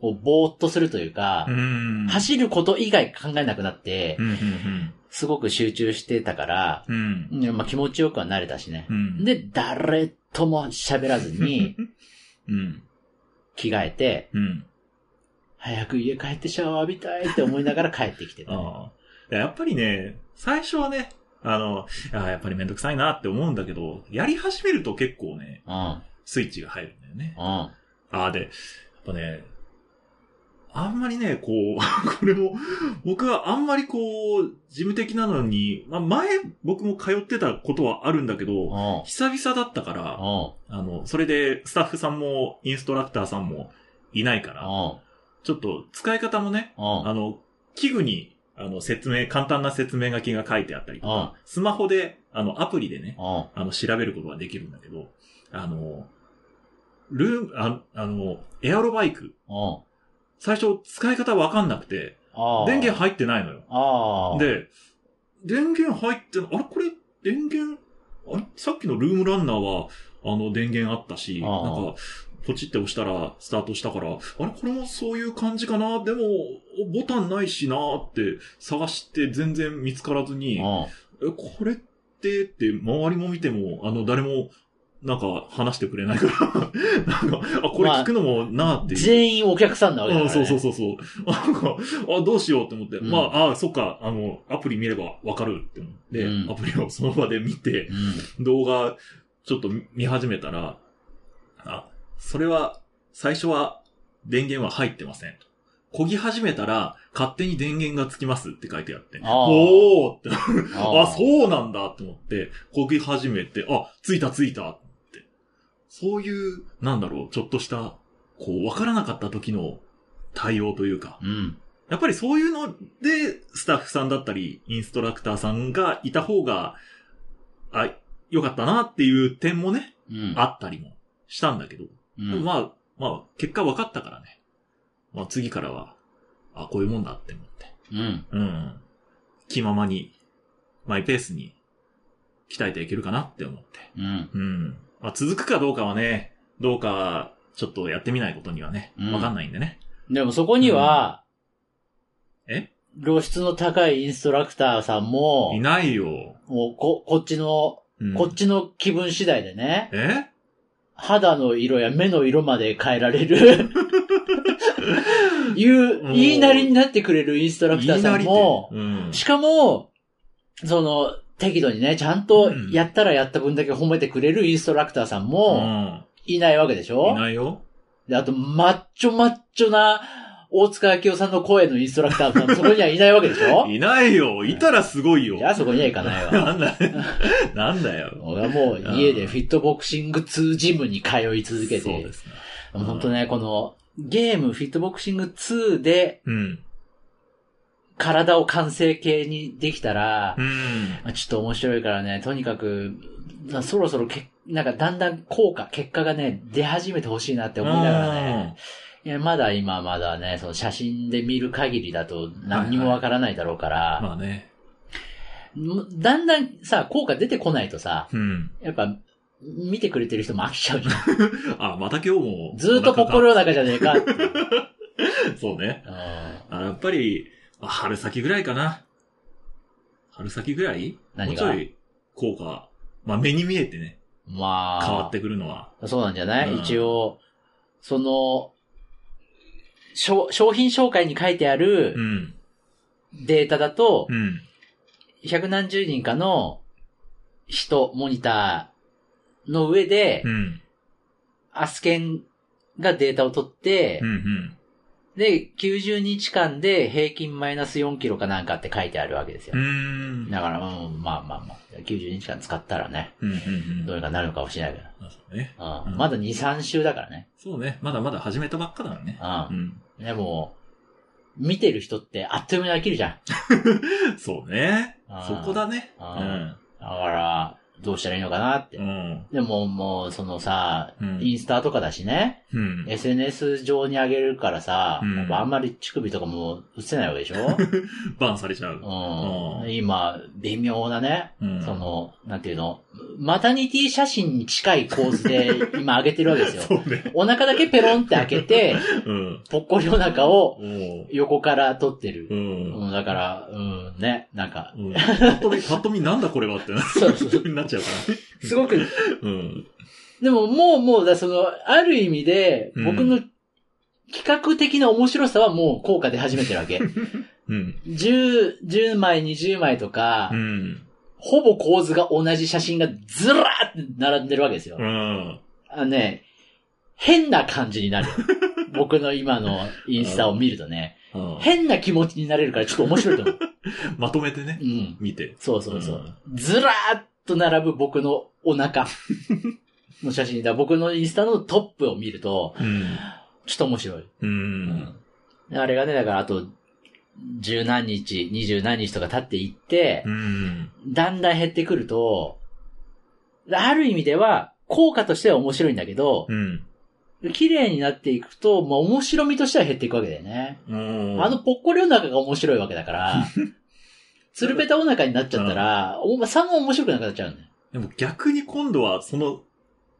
[SPEAKER 2] こうぼーっとするというか
[SPEAKER 1] う、ん。
[SPEAKER 2] 走ること以外考えなくなって
[SPEAKER 1] う、ん。うん。
[SPEAKER 2] すごく集中してたから、
[SPEAKER 1] うん。
[SPEAKER 2] うんまあ、気持ちよくは慣れたしね
[SPEAKER 1] う。ん。
[SPEAKER 2] で、誰とも喋らずに
[SPEAKER 1] うん。
[SPEAKER 2] 着替えて、
[SPEAKER 1] うん。
[SPEAKER 2] 早く家帰ってシャワー浴びたいって思いながら帰ってきてたね、
[SPEAKER 1] ああ。やっぱりね、最初はね、あの、ああやっぱりめんどくさいなって思うんだけど、やり始めると結構ね、
[SPEAKER 2] うん、
[SPEAKER 1] スイッチが入るんだよね。
[SPEAKER 2] うん。
[SPEAKER 1] ああ、で、やっぱね、あんまりね、こう、 これも、僕はあんまりこう、事務的なのに、まあ前、僕も通ってたことはあるんだけど、
[SPEAKER 2] うん。
[SPEAKER 1] 久々だったから、
[SPEAKER 2] うん。
[SPEAKER 1] あの、それでスタッフさんもインストラクターさんもいないから、ちょっと使い方もね、
[SPEAKER 2] うん。
[SPEAKER 1] あの、器具に、あの、説明、簡単な説明書きが書いてあったりとか、スマホで、あの、アプリでね、
[SPEAKER 2] うん。
[SPEAKER 1] あの、調べることができるんだけど、あの、ルーム、ああの、エアロバイク、
[SPEAKER 2] うん。
[SPEAKER 1] 最初使い方わかんなくて、
[SPEAKER 2] ああ。
[SPEAKER 1] 電源入ってないのよ。
[SPEAKER 2] ああ。、
[SPEAKER 1] で、電源入ってなあれこれ、電源、あれさっきのルームランナーは、あの、電源あったし、
[SPEAKER 2] ああ
[SPEAKER 1] なんか、ポチって押したら、スタートしたから、あれこれもそういう感じかなでも、ボタンないしなって探して全然見つからずに、え、
[SPEAKER 2] うん。
[SPEAKER 1] これって、って、周りも見ても、あの、誰も、なんか、話してくれないから、 なんか、あ、これ聞くのもなっていう。
[SPEAKER 2] 全員お客さんなわけだ
[SPEAKER 1] う
[SPEAKER 2] から、
[SPEAKER 1] ん、
[SPEAKER 2] ね。
[SPEAKER 1] そうそうそうそう。なんか、あ、どうしようって思って、
[SPEAKER 2] うん
[SPEAKER 1] まあ、あ、そっか、あの、アプリ見ればわかるって思って、
[SPEAKER 2] うん
[SPEAKER 1] アプリをその場で見て、
[SPEAKER 2] うん。
[SPEAKER 1] 動画ちょっと見始めたら、あ、それは、最初は電源は入ってません。こぎ始めたら、勝手に電源がつきますって書いてあって、
[SPEAKER 2] ああ
[SPEAKER 1] おーって、
[SPEAKER 2] あ
[SPEAKER 1] あ、そうなんだって思って、こぎ始めて、あ、ついたついたって。そういう、なんだろう、ちょっとした、こう、わからなかった時の対応というか、
[SPEAKER 2] うん。
[SPEAKER 1] やっぱりそういうので、スタッフさんだったり、インストラクターさんがいた方が、あ、よかったなっていう点もね、
[SPEAKER 2] うん。
[SPEAKER 1] あったりもしたんだけど、
[SPEAKER 2] うん、
[SPEAKER 1] でもまあ、まあ、結果分かったからね。まあ次からは、あ、こういうもんだって思って。
[SPEAKER 2] うん。
[SPEAKER 1] うん。気ままに、マイペースに、鍛えていけるかなって思って。
[SPEAKER 2] うん。
[SPEAKER 1] うん。まあ、続くかどうかはね、どうか、ちょっとやってみないことにはね
[SPEAKER 2] う、ん
[SPEAKER 1] わかんないんでね。
[SPEAKER 2] でもそこには、
[SPEAKER 1] うんえ
[SPEAKER 2] 露出の高いインストラクターさんも
[SPEAKER 1] い、ないよ。
[SPEAKER 2] もうこ、こっちの、
[SPEAKER 1] うん、
[SPEAKER 2] こっちの気分次第でね、
[SPEAKER 1] え
[SPEAKER 2] 肌の色や目の色まで変えら れる、いう、
[SPEAKER 1] もう
[SPEAKER 2] 言いなりになってくれるインストラクターさんも、
[SPEAKER 1] 言いなりって
[SPEAKER 2] しかも、その、適度にね、ちゃんと
[SPEAKER 1] うん
[SPEAKER 2] やったらやった分だけ褒めてくれるインストラクターさ
[SPEAKER 1] う
[SPEAKER 2] ん
[SPEAKER 1] ん。
[SPEAKER 2] も、
[SPEAKER 1] うん
[SPEAKER 2] いないわけでしょ、
[SPEAKER 1] いないよ。
[SPEAKER 2] で、あと、マッチョマッチョな、大塚明夫さんの声のインストラク ターさん、そこにはいないわけでしょ
[SPEAKER 1] いないよ。いたらすごいよ
[SPEAKER 2] い。や、そこには行かな いわ。
[SPEAKER 1] なん だ、なんだよ。
[SPEAKER 2] 俺はもう家でフィットボクシング2ジムに通い続け
[SPEAKER 1] そう
[SPEAKER 2] て
[SPEAKER 1] で、すね。
[SPEAKER 2] 本当ね、このゲームフィットボクシング2で
[SPEAKER 1] うん。
[SPEAKER 2] 体を完成形にできたら
[SPEAKER 1] う、ん。
[SPEAKER 2] まあちょっと面白いからね、とにかく、まあそろそろけ、なんかだんだん効果、結果がね、出始めてほしいなって思いながらね、いや、まだ今まだね、その写真で見る限りだと何にもわからないだろうから、
[SPEAKER 1] うんまあね。
[SPEAKER 2] もだんだんさ、効果出てこないとさ、
[SPEAKER 1] うん。
[SPEAKER 2] やっぱ、見てくれてる人も飽きちゃう じゃん。
[SPEAKER 1] あ、また今日も。
[SPEAKER 2] ずーっとポッコリお腹じゃねえかっていう。
[SPEAKER 1] そうね。
[SPEAKER 2] うん
[SPEAKER 1] あやっぱり、あ春先ぐらいかな。春先ぐらい
[SPEAKER 2] 何
[SPEAKER 1] も
[SPEAKER 2] が
[SPEAKER 1] うちょい効果、まあ目に見えてね、
[SPEAKER 2] まあ、
[SPEAKER 1] 変わってくるのは。
[SPEAKER 2] そうなんじゃない、
[SPEAKER 1] うん
[SPEAKER 2] 一応、その、商商品紹介に書いてあ
[SPEAKER 1] う
[SPEAKER 2] る
[SPEAKER 1] ん。
[SPEAKER 2] データだと
[SPEAKER 1] う、ん。
[SPEAKER 2] 百何十人かの人、モニターの上で、
[SPEAKER 1] うん。
[SPEAKER 2] アスケンがデータを取って、
[SPEAKER 1] うん。うん。
[SPEAKER 2] で、90日間で平均マイナス4キロかなんかって書いてあるわけですよ
[SPEAKER 1] う。ん。
[SPEAKER 2] だから、うんまあまあまあ、90日間使ったらね、
[SPEAKER 1] うん。うん。
[SPEAKER 2] どうにかなるのかもしれないけど。
[SPEAKER 1] まあそうね。
[SPEAKER 2] うん
[SPEAKER 1] うん
[SPEAKER 2] まだ2、3週だからね。
[SPEAKER 1] そうね。まだまだ始めたばっかだからね。う。
[SPEAKER 2] うんん。でも、見てる人ってあっという間に飽きるじゃん。
[SPEAKER 1] そうね
[SPEAKER 2] うん。
[SPEAKER 1] そこだね。
[SPEAKER 2] うんだから、どうしたらいいのかなって
[SPEAKER 1] うん。う。ん。
[SPEAKER 2] でももう、そのさ、
[SPEAKER 1] うん
[SPEAKER 2] インスタとかだしね、
[SPEAKER 1] うん。
[SPEAKER 2] SNS 上に上げるからさ、
[SPEAKER 1] うん
[SPEAKER 2] やっぱあんまり乳首とかも映せないわけでしょ、
[SPEAKER 1] バンされちゃう。
[SPEAKER 2] うん
[SPEAKER 1] う
[SPEAKER 2] 今、微妙なね、
[SPEAKER 1] うん。
[SPEAKER 2] その、なんていうの、マタニティ写真に近い構図で 今上げてるわけですよ。
[SPEAKER 1] そうね。
[SPEAKER 2] お腹だけペロンって開けて、
[SPEAKER 1] うん。
[SPEAKER 2] ぽっこりお腹を
[SPEAKER 1] おー
[SPEAKER 2] 横から撮って
[SPEAKER 1] う
[SPEAKER 2] る。
[SPEAKER 1] ん。
[SPEAKER 2] うん、だから、うん、ね、なんか、
[SPEAKER 1] うんパッと見、パッと見なんだこれはってな
[SPEAKER 2] そうそうそう
[SPEAKER 1] なっちゃうか
[SPEAKER 2] すごく、
[SPEAKER 1] らね。うん。
[SPEAKER 2] でももうもうだ、その、ある意味で、
[SPEAKER 1] うん
[SPEAKER 2] 僕の企画的な面白さはもう効果出始めてる わけ。
[SPEAKER 1] うん。
[SPEAKER 2] 10、10枚、20枚とか、
[SPEAKER 1] うん。
[SPEAKER 2] ほぼ構図が同じ写真がずらーって並んでるわけですよ。
[SPEAKER 1] うん。
[SPEAKER 2] あのね、変な感じに なる。僕の今のインスタを見るとね、
[SPEAKER 1] うん
[SPEAKER 2] 変な気持ちになれるからちょっと面白いと思う。
[SPEAKER 1] まとめてね
[SPEAKER 2] う、ん。
[SPEAKER 1] 見て。
[SPEAKER 2] そうそうそう。ずらーっと並ぶ僕のお腹の写真だ。僕のインスタのトップを見ると、
[SPEAKER 1] うん。
[SPEAKER 2] ちょっと面白い。
[SPEAKER 1] う。
[SPEAKER 2] うんあれがね、だからあと、十何日、二十何日とか経っていって
[SPEAKER 1] う、ん。
[SPEAKER 2] だんだん減ってくると、ある意味では、効果としては面白いんだけど
[SPEAKER 1] う、ん。
[SPEAKER 2] 綺麗になっていくと、まあ面白みとしては減っていくわけだよね。
[SPEAKER 1] うん
[SPEAKER 2] あの、ぽっこりお腹が面白いわけだから、つるべたお腹になっちゃったら、おまさも面白くなくなっちゃうんだよ。
[SPEAKER 1] でも逆に今度は、その、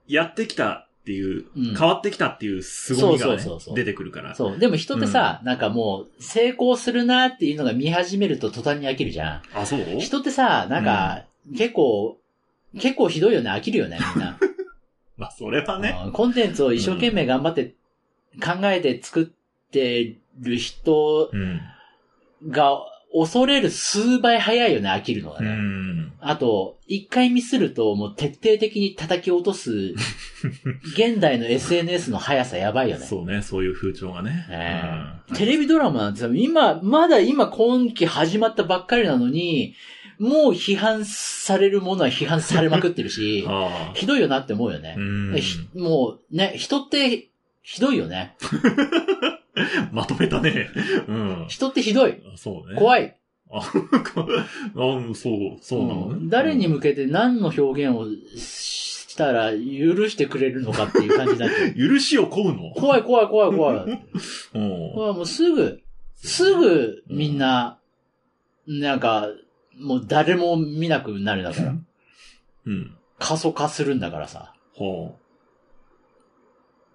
[SPEAKER 1] やってきたっていう、
[SPEAKER 2] うん
[SPEAKER 1] 変わってきたっていう凄み
[SPEAKER 2] そ
[SPEAKER 1] が
[SPEAKER 2] う
[SPEAKER 1] ね
[SPEAKER 2] そうそうそう、
[SPEAKER 1] 出てくるから。
[SPEAKER 2] そう。でも人ってさ、なんかもう、成功するなっていうのが見始めると途端に飽きるじゃん。
[SPEAKER 1] あ、そう
[SPEAKER 2] 人ってさ、なんか、結構、結構ひどいよね、飽きるよね、みんな。
[SPEAKER 1] まあ、それはね。
[SPEAKER 2] うんコンテンツを一生懸命頑張って、考えて作ってる人
[SPEAKER 1] うん。
[SPEAKER 2] が、恐れる数倍早いよね、飽きるのが
[SPEAKER 1] う
[SPEAKER 2] ね。
[SPEAKER 1] ん。
[SPEAKER 2] あと、一回ミスると、もう徹底的に叩き落とす、現代の SNS の速さやばいよね。
[SPEAKER 1] そうね、そういう風潮がね。
[SPEAKER 2] ねえ
[SPEAKER 1] うん
[SPEAKER 2] テレビドラマなんてさ、今、まだ今今期始まったばっかりなのに、もう批判されるものは批判されまくってるし、
[SPEAKER 1] ああ。
[SPEAKER 2] ひどいよなって思うよね
[SPEAKER 1] う。ん。
[SPEAKER 2] ひもうね、人ってひどいよね。
[SPEAKER 1] まとめたね。うん。
[SPEAKER 2] 人ってひどい。
[SPEAKER 1] あそうね。
[SPEAKER 2] 怖い。
[SPEAKER 1] あ、 あそう、そうなのね。
[SPEAKER 2] うん誰に向けて何の表現をしたら許してくれるのかっていう感じになってる
[SPEAKER 1] 許しを請うの
[SPEAKER 2] 怖い怖い怖い怖い。
[SPEAKER 1] うん
[SPEAKER 2] これはもうすぐ、すぐみんな、なんか、もう誰も見なくなるだから。
[SPEAKER 1] うん。
[SPEAKER 2] 過疎化するんだからさ。
[SPEAKER 1] は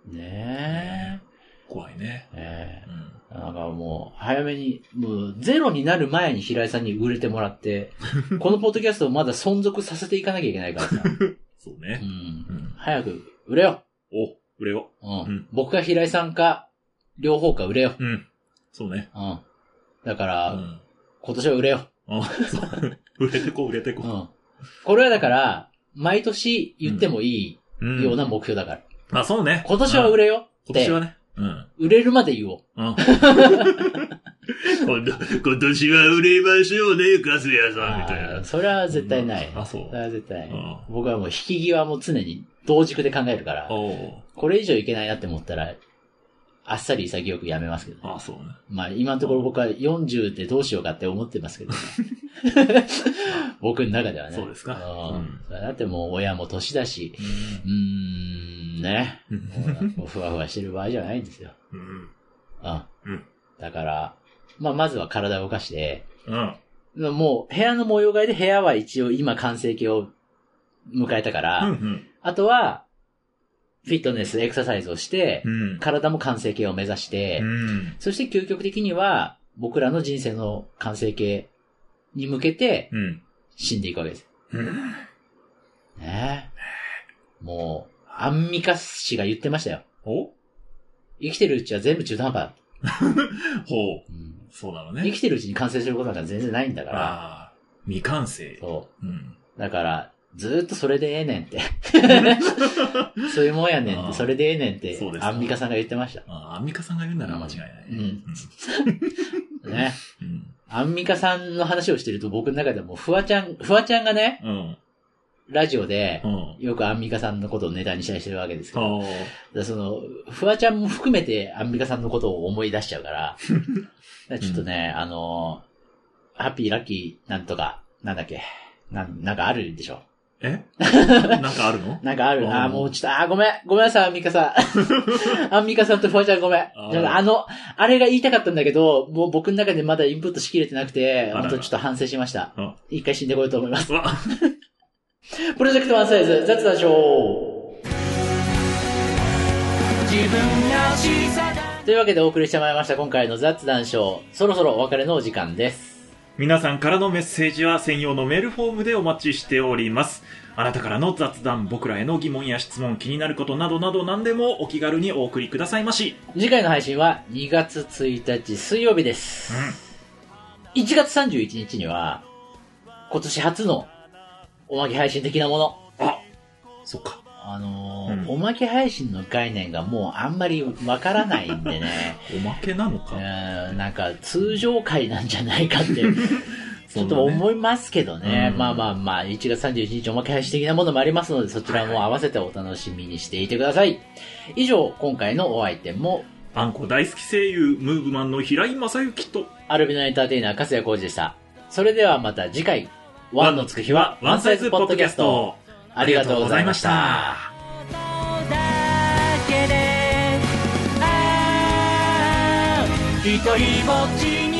[SPEAKER 2] ね
[SPEAKER 1] あ、怖いね。
[SPEAKER 2] え。ね
[SPEAKER 1] うん。
[SPEAKER 2] え。なんかもう、早めに、もう、ゼロになる前に平井さんに売れても らって、このポッドキャストをまだ存続させていかなきゃいけないからさ。
[SPEAKER 1] そう
[SPEAKER 2] う
[SPEAKER 1] ね。
[SPEAKER 2] ん。
[SPEAKER 1] うん。
[SPEAKER 2] 早く、売れよ。
[SPEAKER 1] お、売れよ
[SPEAKER 2] うん。
[SPEAKER 1] ん
[SPEAKER 2] 僕が平井さんか、両方か売れよ。
[SPEAKER 1] う。うん。そうね。
[SPEAKER 2] うん。だか
[SPEAKER 1] う
[SPEAKER 2] ら、
[SPEAKER 1] ん。
[SPEAKER 2] 今年は売れよ。
[SPEAKER 1] あ、そう。売れてこう、売れて
[SPEAKER 2] う
[SPEAKER 1] こ。
[SPEAKER 2] ん。これはだから、毎年言ってもいいう
[SPEAKER 1] うん
[SPEAKER 2] ような目標だから。
[SPEAKER 1] まあそうね。
[SPEAKER 2] 今年は売
[SPEAKER 1] れ。
[SPEAKER 2] れよ。
[SPEAKER 1] 今年はね。うん。
[SPEAKER 2] 売れるまで言おう。
[SPEAKER 1] うん。今度今年は売れましょうね、カズヤさん、みたい
[SPEAKER 2] あ
[SPEAKER 1] な
[SPEAKER 2] ー。それは絶対ない。
[SPEAKER 1] あ、そう
[SPEAKER 2] そ。れは絶対
[SPEAKER 1] う
[SPEAKER 2] ない。
[SPEAKER 1] ん。
[SPEAKER 2] 僕はもう引き際も常に同軸で考えるから、
[SPEAKER 1] お
[SPEAKER 2] これ以上いけないなって思ったら、あっさり潔くやめますけどね。
[SPEAKER 1] ああ、そうね。
[SPEAKER 2] まあ今のところ僕は40でどうしようかって思ってますけどね、 僕の中ではね。
[SPEAKER 1] そうですか
[SPEAKER 2] うん
[SPEAKER 1] うん
[SPEAKER 2] だってもう親も年だし、うーん、 ね。
[SPEAKER 1] うん
[SPEAKER 2] もうふわふわしてる場合じゃないんですよ。
[SPEAKER 1] うん。
[SPEAKER 2] うん。
[SPEAKER 1] うん
[SPEAKER 2] だから、まあ、まずは体を動かして、
[SPEAKER 1] うん。
[SPEAKER 2] もう部屋の模様替えで部屋は一応今完成形を迎えたから、
[SPEAKER 1] うん。
[SPEAKER 2] あとは、フィットネス、エクササイズをして
[SPEAKER 1] う、ん。
[SPEAKER 2] 体も完成形を目指して、
[SPEAKER 1] うん。
[SPEAKER 2] そして究極的には、僕らの人生の完成形に向けて
[SPEAKER 1] うん。
[SPEAKER 2] 死んでいくわけです。
[SPEAKER 1] うん。
[SPEAKER 2] ねえ。もう、アンミカ氏が言ってましたよ。
[SPEAKER 1] おほ
[SPEAKER 2] 生きてるうちは全部中途半端だ、
[SPEAKER 1] う。
[SPEAKER 2] うん
[SPEAKER 1] そうなの
[SPEAKER 2] 生
[SPEAKER 1] ね。
[SPEAKER 2] きてるうちに完成することなんか全然ないんだから、
[SPEAKER 1] ああ、未完成。
[SPEAKER 2] そう。
[SPEAKER 1] うん。
[SPEAKER 2] だから、ずーっとそれでええね んって。そういうもんやねんっ
[SPEAKER 1] あ
[SPEAKER 2] て、
[SPEAKER 1] ー
[SPEAKER 2] それでええねんって
[SPEAKER 1] そうで、すか
[SPEAKER 2] アンミカさんが言ってました。
[SPEAKER 1] ああ、アンミカさんが言うなら間違いない。
[SPEAKER 2] うんね。
[SPEAKER 1] うん。
[SPEAKER 2] アンミカさんの話をしてると僕の中でも、フワちゃん、フワちゃんがね、
[SPEAKER 1] うん。
[SPEAKER 2] ラジオで
[SPEAKER 1] う、ん。
[SPEAKER 2] よくアンミカさんのことをネタにしたりしてるわけですけど、だか
[SPEAKER 1] あ
[SPEAKER 2] らその、フワちゃんも含めてアンミカさんのことを思い出しちゃ うから、だからちょっとね、あのー、ハッピーラッキーなんとか、なんだっけ、なん、なんかあるでしょ。
[SPEAKER 1] えなんかあるの
[SPEAKER 2] なんかあるな、
[SPEAKER 1] うん
[SPEAKER 2] もうちょっと、あー、ごめん、ごめんなさい、アンミカさ ん。アンミカさんとフワちゃんごめん。
[SPEAKER 1] ー
[SPEAKER 2] なんかあの、あれが言いたかったんだけど、もう僕の中でまだインプットしきれてなくて、
[SPEAKER 1] あらら
[SPEAKER 2] 本当ちょっと反省しました
[SPEAKER 1] うん。
[SPEAKER 2] 一回死んでこようと思います。
[SPEAKER 1] うわ
[SPEAKER 2] プロジェクトワンサイズ、雑談ショー。というわけでお送りしてまいりました、今回の雑談ショー。そろそろお別れのお時間です。
[SPEAKER 1] 皆さんからのメッセージは専用のメールフォームでお待ちしております。あなたからの雑談、僕らへの疑問や質問、気になることなどなど何でもお気軽にお送りくださいまし。
[SPEAKER 2] 次回の配信は2月1日水曜日です。1月31日には、今年初のおまけ配信的なもの。
[SPEAKER 1] あ、そっか。
[SPEAKER 2] あのー
[SPEAKER 1] うん
[SPEAKER 2] おまけ配信の概念がもうあんまりわからないんで ね、
[SPEAKER 1] おまけなの
[SPEAKER 2] う
[SPEAKER 1] か。
[SPEAKER 2] ーんなんか通常回なんじゃないかって、 ちょっと
[SPEAKER 1] そんなね
[SPEAKER 2] 思いますけどね。
[SPEAKER 1] うん
[SPEAKER 2] まあまあまあ、1月31日おまけ配信的なものもありますので、そちらも合わせてお楽しみにしていてください。以上、今回のお相手も、
[SPEAKER 1] あんこ大好き声優、ムーブマンの平井正幸と、
[SPEAKER 2] アルビナエンターテイナー、粕谷浩二でした。それではまた次回、ワンのつく日は、ワンサイズポッドキャスト。。ありがとうございました。。
[SPEAKER 3] だけで」「ああ一人ぼっちに」